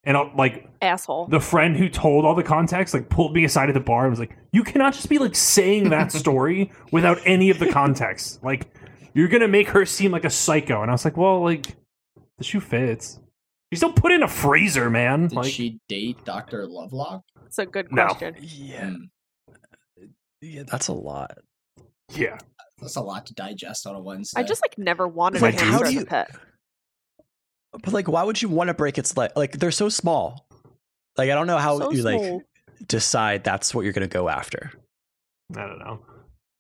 Speaker 1: And I'll, like
Speaker 3: Asshole.
Speaker 1: the friend who told all the context, like pulled me aside at the bar and was like, "You cannot just be like saying
Speaker 4: *laughs*
Speaker 1: that story without any of the context. Like, you're gonna make her seem like a psycho." And I was like, "Well, like, the shoe fits. You still put it in a freezer, man.
Speaker 4: Did
Speaker 1: like,
Speaker 4: she date Dr. Lovelock?
Speaker 3: It's a good
Speaker 1: No.
Speaker 3: question.
Speaker 2: Yeah,
Speaker 4: Hmm,
Speaker 2: yeah, that's a lot.
Speaker 1: yeah,
Speaker 4: that's a lot to digest on a Wednesday.
Speaker 3: I just like never wanted
Speaker 1: Like,
Speaker 3: a
Speaker 1: how
Speaker 3: hamster
Speaker 1: do
Speaker 3: as
Speaker 2: you-
Speaker 3: a pet.
Speaker 2: But like, why would you want to break its leg? Like, they're so small. Like, I don't know how
Speaker 3: So
Speaker 2: you
Speaker 3: small.
Speaker 2: like decide that's what you're gonna go after.
Speaker 1: I don't know.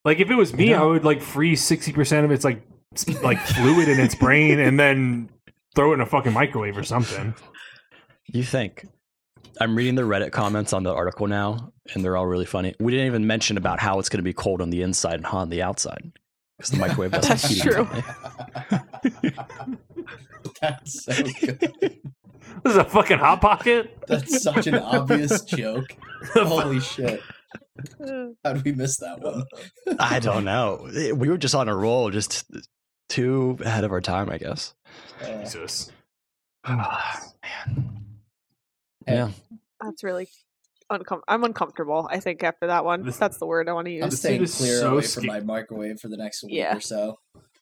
Speaker 1: Like, if it was me, I would like freeze sixty percent of its like s- like fluid in its brain and then throw it in a fucking microwave or something."
Speaker 2: You think? I'm reading the Reddit comments on the article now, and they're all really funny. We didn't even mention about how it's going to be cold on the inside and hot on the outside
Speaker 3: *laughs*
Speaker 2: because the microwave doesn't
Speaker 3: That's
Speaker 2: heat
Speaker 3: true.
Speaker 2: intently.
Speaker 4: *laughs* That's so good.
Speaker 1: This is a fucking hot pocket. *laughs*
Speaker 4: That's such an obvious joke.
Speaker 3: *laughs*
Speaker 4: Holy shit. How'd we miss that one?
Speaker 2: I don't know. It- We were just on a roll, just too ahead of our time, I guess.
Speaker 4: Uh, *sighs*
Speaker 1: Jesus. *sighs*
Speaker 2: Man.
Speaker 4: Hey,
Speaker 2: Yeah.
Speaker 3: That's really uncomfortable. I'm uncomfortable. I think after that one,
Speaker 1: This-
Speaker 3: that's the word I want to
Speaker 4: I'm
Speaker 3: use.
Speaker 4: staying
Speaker 1: is
Speaker 4: clear
Speaker 1: so
Speaker 4: away
Speaker 1: sca-
Speaker 4: from my microwave for the next week
Speaker 3: Yeah.
Speaker 4: or so.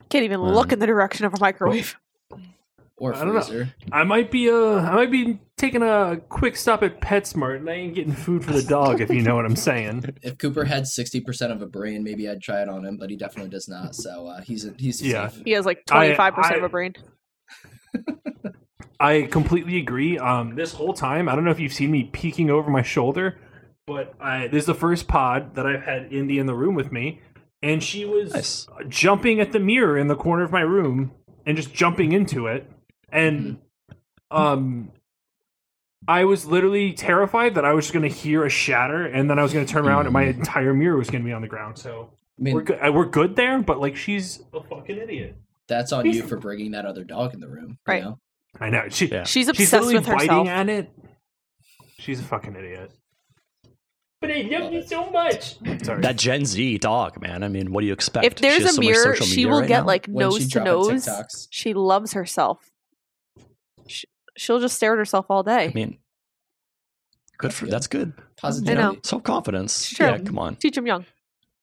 Speaker 3: Can't even
Speaker 2: Um,
Speaker 3: look in the direction of a microwave.
Speaker 4: Or
Speaker 1: I don't know.
Speaker 4: freezer.
Speaker 1: I might be uh I might be taking a quick stop at PetSmart and I ain't getting food for the dog if you know what I'm saying.
Speaker 4: If Cooper had 60% of a brain, maybe I'd try it on him, but he definitely does not. So uh, he's a, he's
Speaker 1: Yeah.
Speaker 4: safe.
Speaker 3: He has like
Speaker 1: I-
Speaker 3: 25 percent of
Speaker 1: I-
Speaker 3: a brain.
Speaker 1: I completely agree. Um this whole time, I don't know if you've seen me peeking over my shoulder, but I this is the first pod that I've had Indy in the room with me and she was
Speaker 2: Nice.
Speaker 1: jumping at the mirror in the corner of my room and just jumping into it and um I was literally terrified that I was just going to hear a shatter and then I was going to turn around and my entire mirror was going to be on the ground. So
Speaker 4: I mean,
Speaker 1: we're good. uh, We're good there, but like she's a fucking idiot.
Speaker 4: that's on you for bringing that other dog in the room. you
Speaker 3: Right.
Speaker 4: know?
Speaker 1: I know. She,
Speaker 2: Yeah.
Speaker 3: She's
Speaker 1: she's
Speaker 3: obsessed
Speaker 1: literally
Speaker 3: with herself.
Speaker 1: biting at it. She's a fucking idiot. But I love you so much. Sorry.
Speaker 2: That Gen Z dog, man. I mean, what do you expect?
Speaker 3: if
Speaker 2: She
Speaker 3: there's
Speaker 2: has
Speaker 3: a
Speaker 2: so much
Speaker 3: mirror,
Speaker 2: social
Speaker 3: she
Speaker 2: media
Speaker 3: will
Speaker 2: right
Speaker 3: get
Speaker 2: now.
Speaker 3: like
Speaker 4: When she
Speaker 3: nose to
Speaker 4: dropping
Speaker 3: nose.
Speaker 4: TikToks.
Speaker 3: She loves herself. She, she'll just stare at herself all
Speaker 2: I
Speaker 3: day.
Speaker 2: mean, good for
Speaker 4: good.
Speaker 2: that's good. You
Speaker 4: Positivity.
Speaker 2: know, self confidence.
Speaker 3: It's true.
Speaker 2: Yeah, come on.
Speaker 3: Teach him young.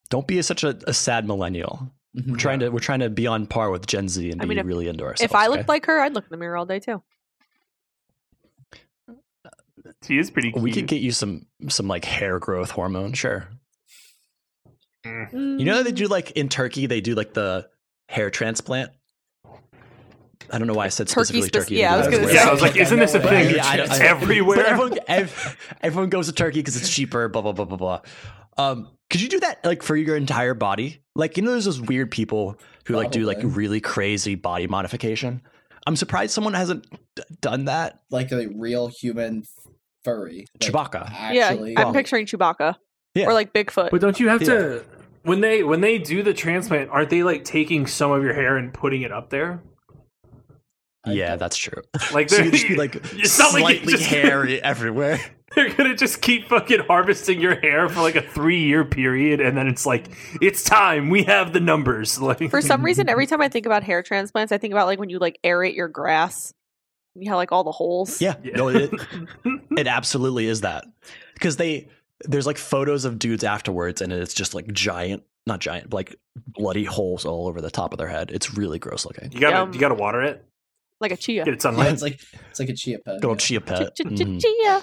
Speaker 2: Don't be such a, a sad millennial. We're
Speaker 4: Mhm.
Speaker 2: trying to we're trying to be on par with Gen Z and
Speaker 3: I
Speaker 2: be
Speaker 3: mean, if-
Speaker 2: really into ourselves.
Speaker 3: If I
Speaker 2: okay?
Speaker 3: looked like her, I'd look in the mirror all day too.
Speaker 1: she is pretty cute.
Speaker 2: we
Speaker 4: Mm-hmm.
Speaker 2: could get you some some like hair growth hormone, sure.
Speaker 3: You
Speaker 2: You know how they
Speaker 3: Mm.
Speaker 2: do like in Turkey, they do like the hair transplant. I don't know why I said
Speaker 3: Turkey
Speaker 2: specifically
Speaker 3: speci-
Speaker 2: Turkey.
Speaker 3: yeah, I was
Speaker 2: because
Speaker 3: gonna
Speaker 1: yeah,
Speaker 2: that's
Speaker 1: I
Speaker 2: where-
Speaker 1: was like, isn't this a
Speaker 4: *laughs* Yeah,
Speaker 1: thing?
Speaker 2: I
Speaker 1: it's
Speaker 2: don't- I-
Speaker 1: everywhere.
Speaker 2: But everyone, ev- everyone goes to Turkey because it's cheaper. Blah blah blah blah blah. Um, could you do that like for your entire body? Like you know, there's those weird people who like do like
Speaker 4: Probably.
Speaker 2: really crazy body modification. I'm surprised someone hasn't d- done that.
Speaker 4: Like a real human f- furry. Like,
Speaker 2: Chewbacca.
Speaker 4: Actually,
Speaker 3: yeah, I'm picturing Chewbacca
Speaker 2: Yeah.
Speaker 3: or like Bigfoot.
Speaker 1: But don't you have
Speaker 2: Yeah.
Speaker 1: to when they when they do the transplant? Aren't they like taking some of your hair and putting it up there?
Speaker 2: yeah, that's true.
Speaker 1: *laughs* Like
Speaker 2: So
Speaker 1: they're
Speaker 2: you just be like
Speaker 1: it's not
Speaker 2: slightly
Speaker 1: like you just-
Speaker 2: hairy everywhere. *laughs*
Speaker 1: They're gonna just keep fucking harvesting your hair for like a three year period, and then it's like, it's time. We have the numbers. *laughs* Like,
Speaker 3: For some
Speaker 2: *laughs*
Speaker 3: reason, every time I think about hair transplants, I think about like when you like aerate your grass. You have like all the holes.
Speaker 2: Yeah,
Speaker 1: Yeah.
Speaker 2: no, it, it absolutely is that because they there's like photos of dudes afterwards, and it's just like giant, not giant, but like bloody holes all over the top of their head. It's really gross looking.
Speaker 1: you gotta
Speaker 3: Yum.
Speaker 1: you gotta water it.
Speaker 3: Like a chia.
Speaker 1: Get it
Speaker 4: Yeah,
Speaker 1: sunlight.
Speaker 4: it's like it's like a chia pet.
Speaker 2: Good
Speaker 4: yeah.
Speaker 2: old chia pet.
Speaker 3: *laughs* Ch- ch- ch-
Speaker 2: Mhm.
Speaker 3: Chia.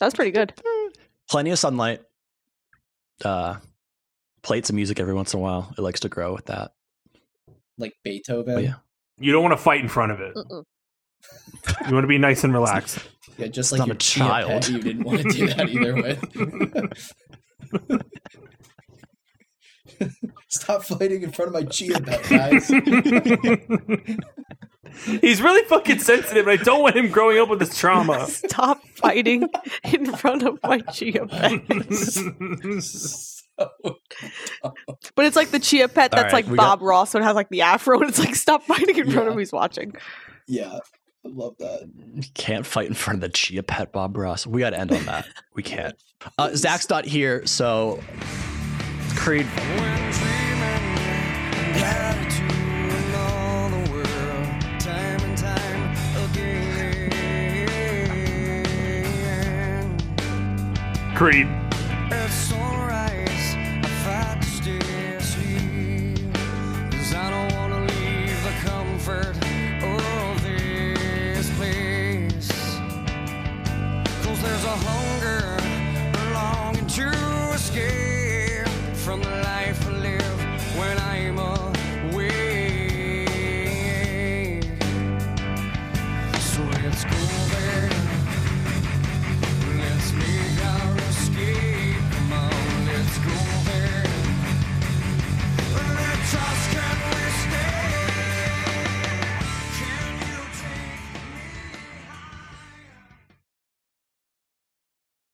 Speaker 3: That was pretty good.
Speaker 2: Plenty of sunlight. Uh, played some music every once in a while. It likes to grow with that.
Speaker 4: like Beethoven.
Speaker 2: Oh, yeah.
Speaker 1: You don't want to fight in front of it.
Speaker 3: Mm-mm.
Speaker 1: You want to be nice and
Speaker 3: *laughs*
Speaker 1: relaxed. *laughs*
Speaker 4: Yeah,
Speaker 2: It's
Speaker 4: just like
Speaker 2: not
Speaker 4: your
Speaker 2: a
Speaker 4: chia pet,
Speaker 2: child.
Speaker 4: you didn't want
Speaker 2: *laughs*
Speaker 4: to do that either with. Stop fighting in front of my chia pet, guys. *laughs*
Speaker 1: He's really fucking sensitive, and I don't want him growing up with this
Speaker 3: *laughs*
Speaker 1: trauma.
Speaker 3: Stop fighting in front of my chia pet. But it's like the chia pet
Speaker 2: All
Speaker 3: that's
Speaker 2: right,
Speaker 3: like
Speaker 2: we got-
Speaker 3: Bob Ross, so it has like the afro, and it's like stop fighting in front of
Speaker 4: Yeah.
Speaker 3: who's watching.
Speaker 4: yeah, I love that.
Speaker 2: Can't fight in front of the Chia Pet Bob Ross. We got to end on that. We can't. Uh, Zach's not here, so Creed.
Speaker 1: Creed.
Speaker 10: There's a home